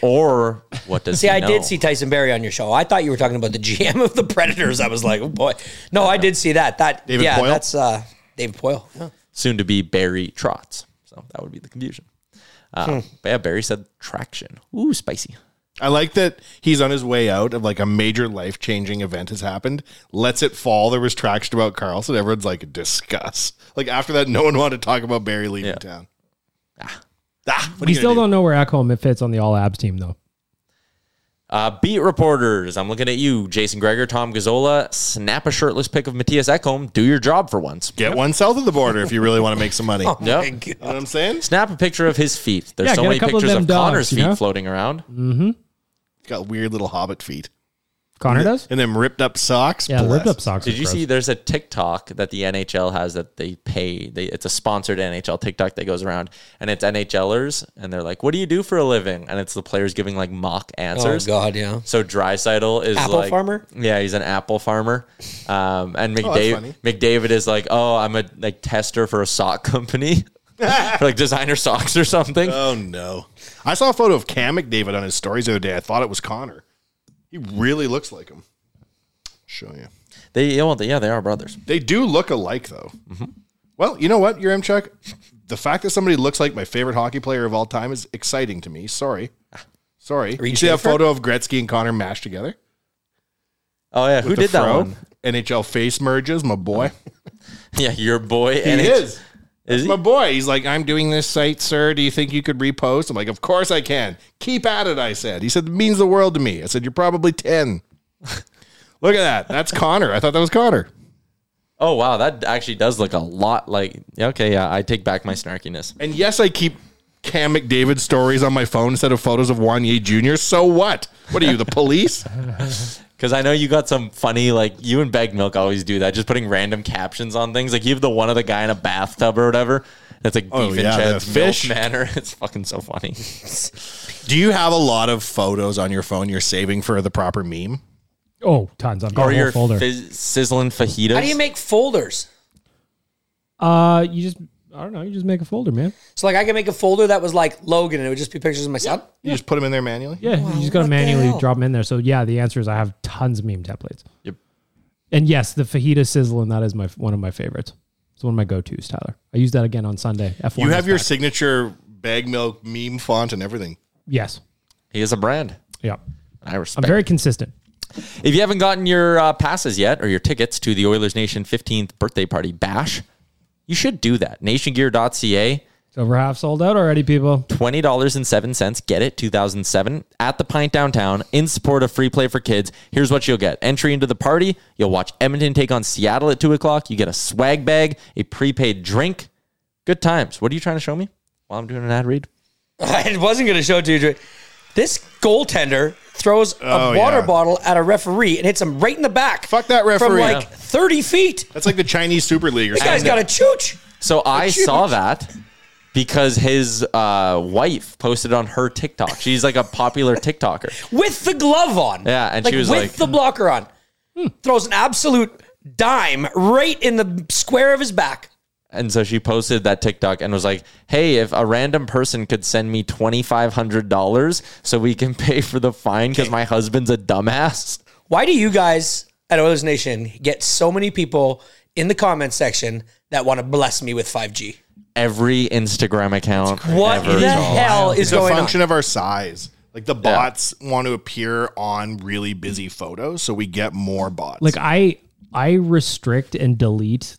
Speaker 9: Or what does
Speaker 8: See,
Speaker 9: he
Speaker 8: I
Speaker 9: know?
Speaker 8: did see Tyson Berry on your show. I thought you were talking about the GM of the Predators. I was like, oh boy. No, I did see that. That
Speaker 7: David
Speaker 8: yeah,
Speaker 7: Poile?
Speaker 8: that's uh, David Poyle.
Speaker 9: soon to be Barry Trotz. So that would be the confusion.
Speaker 8: Hmm.
Speaker 9: Uh, But yeah, Barry said traction. Ooh, spicy.
Speaker 7: I like that he's on his way out of like a major life changing event has happened. Lets it fall. There was traction about Carlson. Everyone's like discuss. Like after that, no one wanted to talk about Barry leaving town. Ah, what are
Speaker 5: we
Speaker 7: you
Speaker 5: still
Speaker 7: gonna
Speaker 5: don't know where Ekholm it fits on the All Abs team though.
Speaker 9: Uh, beat reporters, I'm looking at you, Jason Greger, Tom Gazzola. Snap a shirtless pic of Matthias Ekholm. Do your job for once.
Speaker 7: do? Get one south of the border if you really want to make some money.
Speaker 5: Oh
Speaker 7: You know
Speaker 9: Yep.
Speaker 7: what I'm saying? He's
Speaker 9: Snap a picture of his feet. There's
Speaker 5: Yeah,
Speaker 9: so
Speaker 5: get a
Speaker 9: many
Speaker 5: couple of
Speaker 9: pictures of,
Speaker 5: them dogs,
Speaker 9: Connor's
Speaker 5: you
Speaker 9: feet
Speaker 5: know? Mm-hmm.
Speaker 9: floating around.
Speaker 7: got weird little hobbit feet
Speaker 5: Connor does.
Speaker 7: and them ripped up socks.
Speaker 5: Yeah, the
Speaker 7: Bless.
Speaker 5: ripped up socks.
Speaker 9: Did
Speaker 5: are
Speaker 9: you
Speaker 5: gross.
Speaker 9: see? There's a TikTok that the NHL has that they pay. They, it's a sponsored NHL TikTok that goes around, and it's NHLers, and they're like, "What do you do for a living?" And it's the players giving like mock
Speaker 8: Oh
Speaker 9: answers.
Speaker 8: God, yeah.
Speaker 9: So Drysidle is
Speaker 8: Apple
Speaker 9: like-
Speaker 8: farmer? Oh,
Speaker 9: Yeah, he's an apple farmer. Um, and McDavid,
Speaker 7: funny.
Speaker 9: McDavid is like, oh, I'm a like tester for a sock company, for, like designer socks or something.
Speaker 7: Oh no! I saw a photo of Cam McDavid on his stories the other day. I thought it was Connor. He really looks like him. Show you.
Speaker 9: They yeah, well, they- yeah, they are brothers.
Speaker 7: They do look alike though. Well, you know what, your M Chuck? The fact that somebody looks like my favorite hockey player of all time is exciting to me. Sorry. Sorry. you see that
Speaker 8: Schaefer?
Speaker 7: photo of Gretzky and Connor mashed together?
Speaker 9: Oh yeah, who
Speaker 7: With the
Speaker 9: did that
Speaker 7: fro
Speaker 9: one?
Speaker 7: and NHL face merges, my boy.
Speaker 9: Yeah, your boy.
Speaker 7: He
Speaker 9: and
Speaker 7: is.
Speaker 9: Is he?
Speaker 7: My boy. He's like, I'm doing this site, sir. Do you think you could repost? I'm like, Of course I can. Keep at it, I said. He said, It means the world to me. I said, You're probably 10. Look at that. That's Connor. I thought that was Connor.
Speaker 9: Oh wow, that actually does look a lot like. yeah, Okay, yeah, I take back my snarkiness.
Speaker 7: And yes, I keep Cam McDavid stories on my phone instead of photos of Wanye Jr. So what? What are you, the police?
Speaker 9: Because I know you got some funny, like you and Bag Milk always do that, just putting random captions on things. Like you have the one of the guy in a bathtub or whatever, That's like
Speaker 7: Oh,
Speaker 9: beef and
Speaker 7: yeah,
Speaker 9: Chad's
Speaker 7: the
Speaker 9: milk
Speaker 7: fish.
Speaker 9: manor. It's fucking so funny.
Speaker 7: Do you have a lot of photos on your phone you're saving for the proper meme?
Speaker 5: Oh, tons. I've got a
Speaker 9: or
Speaker 5: whole
Speaker 9: your
Speaker 5: folder.
Speaker 9: fizz- sizzling fajitas.
Speaker 8: How do you make folders?
Speaker 5: uh, you just I don't know. You just make a folder, man.
Speaker 8: So like I could make a folder that was like Logan and it would just be pictures of my son.
Speaker 7: You just put them in there manually.
Speaker 5: Yeah, you just got to manually drop them in there. So yeah, the answer is I have tons of meme templates.
Speaker 9: Yep.
Speaker 5: And yes, the fajita sizzle, and that is my one of my favorites. It's one of my go tos, Tyler. I use that again on Sunday. F1
Speaker 7: You
Speaker 5: is
Speaker 7: have your
Speaker 5: back.
Speaker 7: signature bag milk meme font and everything.
Speaker 5: yes.
Speaker 9: He is a brand.
Speaker 5: Yeah.
Speaker 9: I
Speaker 5: I'm
Speaker 9: respect.
Speaker 5: very consistent.
Speaker 9: If you haven't gotten your uh, passes yet or your tickets to the Oilers Nation 15th birthday party bash, you should do that. Nationgear.ca.
Speaker 5: It's over half sold out already, people.
Speaker 9: $20.07. Get it, 2007, at the Pint Downtown in support of Free Play for Kids. Here's what you'll get entry into the party. You'll watch Edmonton take on Seattle at 2 o'clock. You get a swag bag, a prepaid drink. Good times. What are you trying to show me while I'm doing an ad read?
Speaker 8: I wasn't going to show it to you. Dre. This goaltender throws
Speaker 9: Oh,
Speaker 8: a water
Speaker 9: yeah.
Speaker 8: bottle at a referee and hits him right in the back. Fuck
Speaker 7: that
Speaker 8: From
Speaker 9: referee.
Speaker 8: like
Speaker 9: Yeah.
Speaker 8: 30 feet.
Speaker 7: That's like the Chinese Super League or
Speaker 8: This guy's
Speaker 9: something.
Speaker 8: got a chooch.
Speaker 9: So I
Speaker 8: huge.
Speaker 9: saw that because his uh, wife posted on her TikTok. She's like a popular TikToker.
Speaker 8: With the glove on.
Speaker 9: Yeah, and she was
Speaker 8: with
Speaker 9: like-
Speaker 8: the blocker on.
Speaker 5: "Hmm."
Speaker 8: Throws an absolute dime right in the square of his back.
Speaker 9: And so she posted that TikTok and was like, "Hey, if a random person could send me twenty five hundred dollars, so we can pay for the fine because my husband's a dumbass."
Speaker 8: Why do you guys at Oilers Nation get so many people in the comment section that want to bless me with 5G?
Speaker 9: Every Instagram account.
Speaker 8: What
Speaker 9: ever
Speaker 8: the
Speaker 9: is all-
Speaker 8: hell is
Speaker 7: it's
Speaker 8: going
Speaker 7: a
Speaker 8: on?
Speaker 7: function of our size. Like the bots want to appear on really busy photos, so we get more bots.
Speaker 5: Like I I restrict and delete.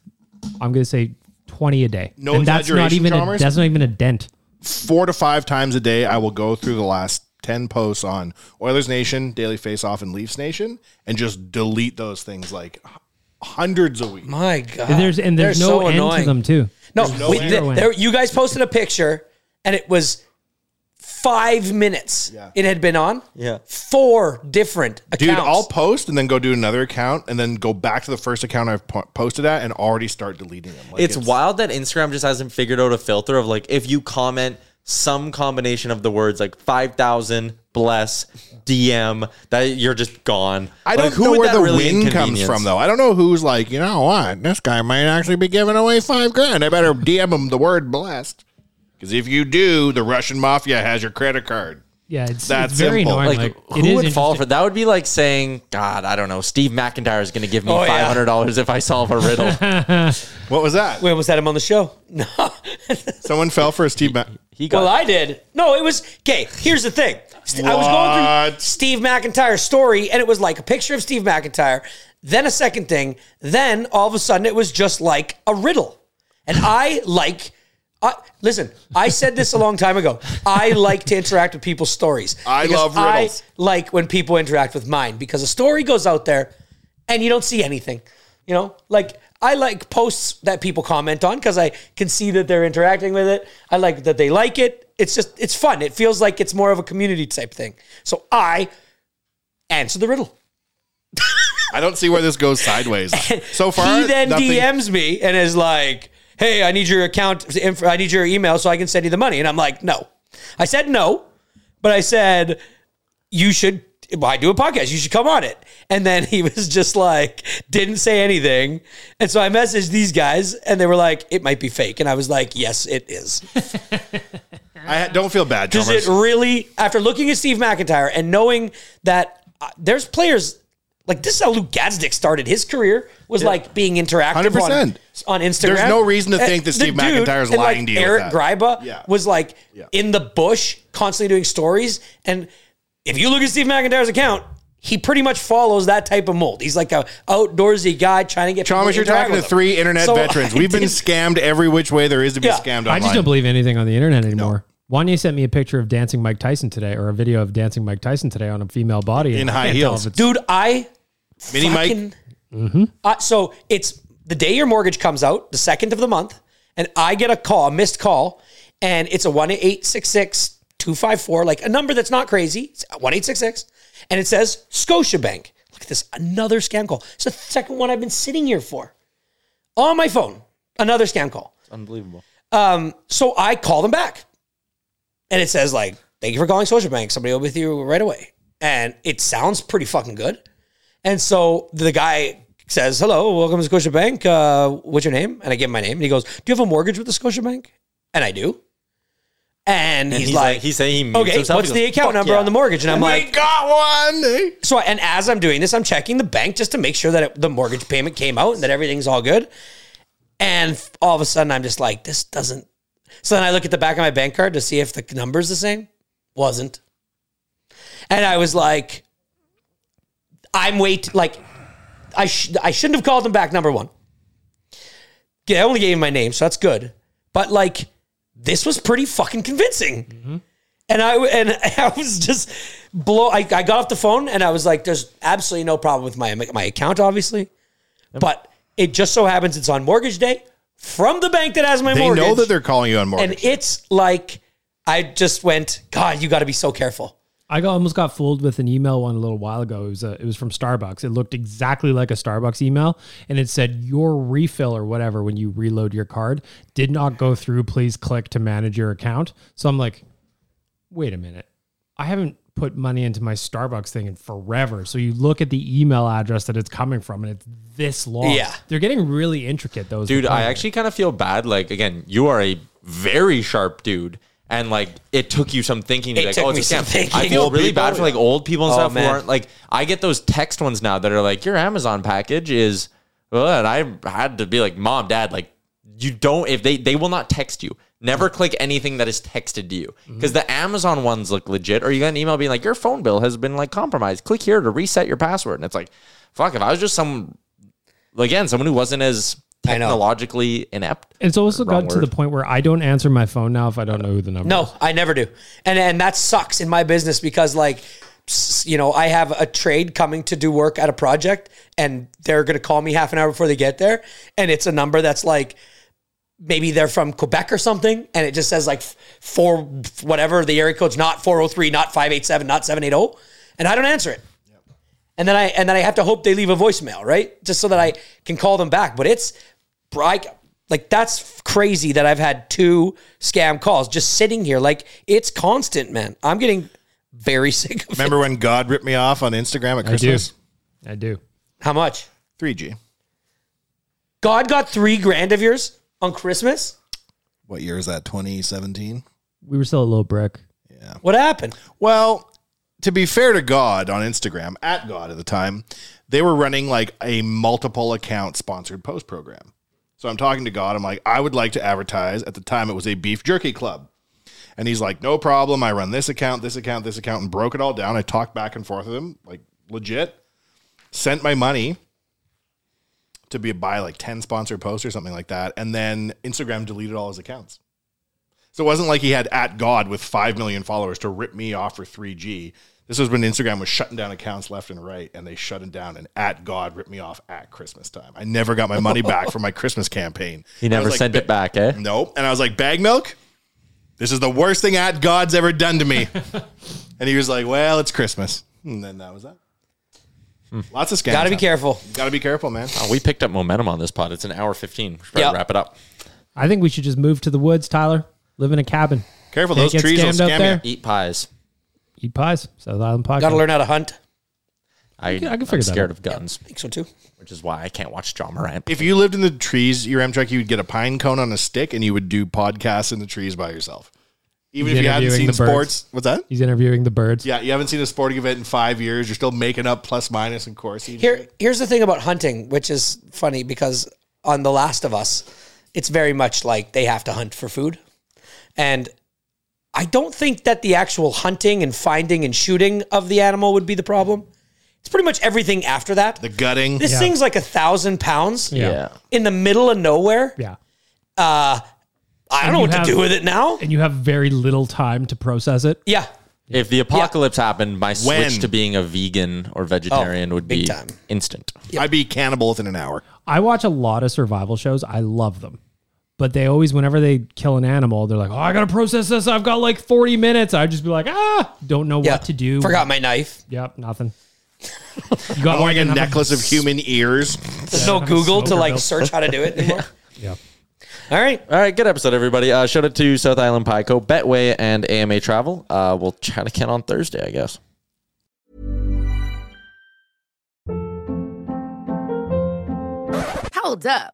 Speaker 5: I'm gonna say twenty a day.
Speaker 7: No
Speaker 5: and that's not
Speaker 7: exaggeration,
Speaker 5: even a,
Speaker 7: Chalmers?
Speaker 5: that's not even a dent.
Speaker 7: Four to five times a day, I will go through the last ten posts on Oilers Nation, Daily Face Off, and Leafs Nation, and just delete those things like h- hundreds a week.
Speaker 8: My God,
Speaker 5: And there's and there's
Speaker 8: Ah, They're
Speaker 5: no
Speaker 8: so
Speaker 5: end
Speaker 8: annoying.
Speaker 5: to them too.
Speaker 8: No,
Speaker 5: There's
Speaker 8: we-
Speaker 5: zero
Speaker 8: th-
Speaker 5: end.
Speaker 8: there- you guys posted a picture, and it was five minutes. It had been on.
Speaker 9: Yeah.
Speaker 8: four different accounts.
Speaker 7: Dude, I'll post and then go do another account and then go back to the first account I've po- posted at and already start deleting them. Like,
Speaker 9: it's, wild that Instagram just hasn't figured out a filter of like if you comment some combination of the words like 5000 bless DM that you're just gone.
Speaker 7: I
Speaker 9: Like,
Speaker 7: don't
Speaker 9: who
Speaker 7: know
Speaker 9: would
Speaker 7: where
Speaker 9: that
Speaker 7: the
Speaker 9: really
Speaker 7: win comes
Speaker 9: inconvenience?
Speaker 7: from, though. I don't know who's like, you know what? This guy might actually be giving away five grand. I better DM him the word blessed. Because if you do, the Russian mafia has your credit card.
Speaker 5: Yeah, it's,
Speaker 7: That's
Speaker 5: it's very
Speaker 7: simple.
Speaker 5: annoying. Like,
Speaker 7: Like,
Speaker 5: it
Speaker 9: who
Speaker 5: is
Speaker 9: would fall for that? Would be like saying, God, I don't know. Steve McIntyre is going to give me
Speaker 8: Oh, yeah.
Speaker 9: five hundred dollars if I solve a riddle.
Speaker 7: what was that?
Speaker 8: We almost had him on the show. No,
Speaker 7: Someone fell for a Steve. Ma-
Speaker 9: he
Speaker 8: well, I did. No, it was okay. Here's the thing. St- I was going through Steve McIntyre's story, and it was like a picture of Steve McIntyre, then a second thing, then all of a sudden it was just like a riddle. And I like. I listen, I said this a long time ago. I like to interact with people's stories.
Speaker 7: I
Speaker 8: Because
Speaker 7: love riddles.
Speaker 8: I like when people interact with mine because a story goes out there and you don't see anything. You know, like I like posts that people comment on because I can see that they're interacting with it. I like that they like it. It's just it's fun. It feels like it's more of a community type thing. So I answer the riddle.
Speaker 7: I don't see where this goes sideways. So far,
Speaker 8: he then
Speaker 7: nothing-
Speaker 8: DMs me and is like, "Hey, I need your account. inf- I need your email so I can send you the money." And I'm like, "No," I said no, but I said you should. Well, I do a podcast. You should come on it. And then he was just like, didn't say anything. And so I messaged these guys, and they were like, "It might be fake." And I was like, "Yes, it is."
Speaker 7: I ha- don't feel bad.
Speaker 8: Does
Speaker 7: drummers.
Speaker 8: it really? After looking at Steve McIntyre and knowing that uh, there's players like this is how Luke Gadsdick started his career was like being interactive
Speaker 7: 100%.
Speaker 8: on on Instagram.
Speaker 7: There's no reason to
Speaker 8: And
Speaker 7: think that Steve
Speaker 8: the
Speaker 7: McIntyre is
Speaker 8: and,
Speaker 7: lying
Speaker 8: like,
Speaker 7: to you with
Speaker 8: Eric
Speaker 7: that.
Speaker 8: Greiba
Speaker 7: Yeah.
Speaker 8: was like in the bush constantly doing stories, and if you look at Steve McIntyre's account. He pretty much follows that type of mold. He's like a outdoorsy guy trying to get. people
Speaker 7: Thomas, you're
Speaker 8: interact
Speaker 7: talking to
Speaker 8: with him.
Speaker 7: three internet
Speaker 8: So
Speaker 7: veterans.
Speaker 8: I
Speaker 7: We've been
Speaker 8: did-
Speaker 7: scammed every which way there is to be
Speaker 8: Yeah.
Speaker 7: scammed online.
Speaker 5: I just don't believe anything on the internet anymore. Wanye sent me a picture of dancing Mike Tyson today, or a video of dancing Mike Tyson today on a female body
Speaker 7: In
Speaker 5: and I
Speaker 7: high
Speaker 5: can't tell
Speaker 7: heels.
Speaker 5: if it's-
Speaker 8: dude. I
Speaker 7: Mini Mike.
Speaker 8: fucking- Uh, so it's the day your mortgage comes out, the second of the month, and I get a call, a missed call, and it's a one eight six six two five four, like a number that's not crazy. It's one eight six six, and it says Scotiabank. Look at this, another scam call. It's the second one I've been sitting here for on my phone. Another scam call.
Speaker 9: Unbelievable.
Speaker 8: Um, so I call them back, and it says like, "Thank you for calling Social Bank. Somebody will be with you right away." And it sounds pretty fucking good. And so the guy says, "Hello, welcome to Scotiabank. Uh, what's your name?" And I give him my name, and he goes, "Do you have a mortgage with the Scotiabank?" And I do. And, he's, like,
Speaker 6: he's saying he mutes
Speaker 8: "Okay,
Speaker 6: himself.
Speaker 8: what's
Speaker 6: He
Speaker 8: the
Speaker 6: goes,
Speaker 8: account
Speaker 6: "Fuck
Speaker 8: number
Speaker 6: yeah."
Speaker 8: on the mortgage?" And I'm
Speaker 6: We
Speaker 8: like,
Speaker 7: "Got one."
Speaker 8: So, and as I'm doing this, I'm checking the bank just to make sure that it, the mortgage payment came out and that everything's all good. And all of a sudden, I'm just like, "This doesn't." So then I look at the back of my bank card to see if the number's the same. Wasn't. And I was like, I'm wait like I sh- I shouldn't have called him back number 1. Yeah, I only gave him my name, so that's good. But like this was pretty fucking convincing.
Speaker 7: Mm-hmm.
Speaker 8: And I w- and I was just blow I, I got off the phone and I was like there's absolutely no problem with my my account obviously. But it just so happens it's on mortgage day from the bank that has my
Speaker 7: they
Speaker 8: mortgage.
Speaker 7: know that they're calling you on mortgage.
Speaker 8: And it's like I just went, God, you got to be so careful.
Speaker 5: I got, almost got fooled with an email one a little while ago. It was a, it was from Starbucks. It looked exactly like a Starbucks email, and it said your refill or whatever when you reload your card did not go through. Please click to manage your account. So I'm like, wait a minute, I haven't put money into my Starbucks thing in forever. So you look at the email address that it's coming from, and it's this long.
Speaker 6: Yeah.
Speaker 5: they're getting really intricate. Those
Speaker 6: dude i
Speaker 5: requirements.
Speaker 6: actually kind of feel bad like again you are a very sharp dude and like it took you some thinking to
Speaker 8: It
Speaker 6: be like
Speaker 8: took
Speaker 6: oh
Speaker 8: me
Speaker 6: it's a
Speaker 8: some
Speaker 6: scam.
Speaker 8: thinking.
Speaker 6: i feel
Speaker 8: Old
Speaker 6: really
Speaker 8: people,
Speaker 6: bad for like
Speaker 8: yeah.
Speaker 6: old people and
Speaker 8: Oh,
Speaker 6: stuff who
Speaker 8: man.
Speaker 6: aren't like i get those text ones now that are like your amazon package is uh, and i had to be like mom dad like you don't if they they will not text you Never click anything that is texted to you because the Amazon ones look legit. Or you got an email being like, your phone bill has been like compromised. Click here to reset your password. And it's like, fuck, if I was just some again, someone who wasn't as technologically inept.
Speaker 5: It's also
Speaker 6: Wrong
Speaker 5: gotten to the
Speaker 6: word.
Speaker 5: point where I don't answer my phone now if I don't know who the number.
Speaker 8: No, I never do. And and that sucks in my business because like s- you know, I have a trade coming to do work at a project and they're going to call me half an hour before they get there and it's a number that's like maybe they're from Quebec or something and it just says like f- four whatever the area code's not 403 not 587 not 780 and I don't answer it. And then I and then I have to hope they leave a voicemail, right? Just so that I can call them back. But it's I, like that's crazy that I've had two scam calls just sitting here. Like it's constant, man. I'm getting very sick of
Speaker 7: Remember when God ripped me off on Instagram at
Speaker 5: I do.
Speaker 7: Christmas?
Speaker 5: I do.
Speaker 8: How much?
Speaker 7: 3G.
Speaker 8: God got three grand of yours on Christmas.
Speaker 7: What year is that? 2017?
Speaker 5: We were still a little brick.
Speaker 8: What happened?
Speaker 7: Well, to be fair to God on Instagram, at God at the time, they were running like a multiple account sponsored post program. So I'm talking to God. I'm like, I would like to advertise. At the time, it was a beef jerky club. And he's like, no problem. I run this account, this account, this account, and broke it all down. I talked back and forth with him, like legit. Sent my money to be buy like 10 sponsored posts or something like that. And then Instagram deleted all his accounts. So it wasn't like he had at God with 5 million followers to rip me off for 3G. This was when Instagram was shutting down accounts left and right, and they shut it down. And at God ripped me off at Christmas time. I never got my money back for my Christmas campaign.
Speaker 6: He
Speaker 7: I
Speaker 6: never
Speaker 7: was like,
Speaker 6: sent it back, eh?
Speaker 7: Nope. And I was like, bag milk? This is the worst thing at God's ever done to me. and he was like, well, it's Christmas. And then that was that. Lots of scams.
Speaker 8: Gotta be
Speaker 7: happen.
Speaker 8: careful.
Speaker 7: Gotta be careful, man.
Speaker 6: Oh, we picked up momentum on this pod. It's an hour 15. We should probably wrap it up.
Speaker 5: I think we should just move to the woods, Tyler. Live in a cabin.
Speaker 6: Careful,
Speaker 5: Can't
Speaker 6: those
Speaker 5: get
Speaker 6: trees will
Speaker 5: scammed up
Speaker 6: scam you.
Speaker 5: there.
Speaker 6: Eat pies.
Speaker 5: Eat pies. South Island podcast.
Speaker 8: Got to learn how to hunt.
Speaker 6: I,
Speaker 5: can- I can
Speaker 6: am
Speaker 5: figure that
Speaker 6: scared
Speaker 5: out.
Speaker 6: of guns. I
Speaker 8: think so too.
Speaker 6: Which is why I can't watch John Moran.
Speaker 7: If you lived in the trees, your Amtrak, you would get a pine cone on a stick and you would do podcasts in the trees by yourself. Even
Speaker 5: He's
Speaker 7: if you hadn't
Speaker 5: interviewing
Speaker 7: seen
Speaker 5: the birds.
Speaker 7: sports. What's that?
Speaker 5: He's interviewing the birds.
Speaker 7: Yeah, you haven't seen a sporting event in five years. You're still making up plus minus and Corsi. and
Speaker 8: Here, here's the thing about hunting, which is funny because on The Last of Us, it's very much like they have to hunt for food, and I don't think that the actual hunting and finding and shooting of the animal would be the problem. It's pretty much everything after that.
Speaker 7: The gutting.
Speaker 8: This
Speaker 7: Yeah.
Speaker 8: thing's like a thousand pounds.
Speaker 5: Yeah. Yeah.
Speaker 8: In the middle of nowhere.
Speaker 5: Yeah.
Speaker 8: Uh, I don't know what to do with it now.
Speaker 5: And you have very little time to process it.
Speaker 8: Yeah.
Speaker 6: If the apocalypse happened, my
Speaker 5: When?
Speaker 6: switch to being a vegan or
Speaker 8: Oh,
Speaker 6: vegetarian would be instant.
Speaker 7: I'd be cannibal within an hour.
Speaker 5: I watch a lot of survival shows. I love them. But they always, whenever they kill an animal, they're like, oh, I got to process this. I've got like 40 minutes. I'd just be like, ah, don't know what to do.
Speaker 8: Forgot my knife.
Speaker 5: Yep, nothing. You
Speaker 7: I'm wearing a
Speaker 5: like, another-
Speaker 7: necklace of human ears.
Speaker 8: There's no Google to like search how to do it anymore.
Speaker 5: Yeah.
Speaker 8: All right.
Speaker 9: All right. Good episode, everybody. Uh, shout out to South Island Pico, Betway, and AMA Travel. Uh, we'll chat again on Thursday, I guess.
Speaker 11: Hold up.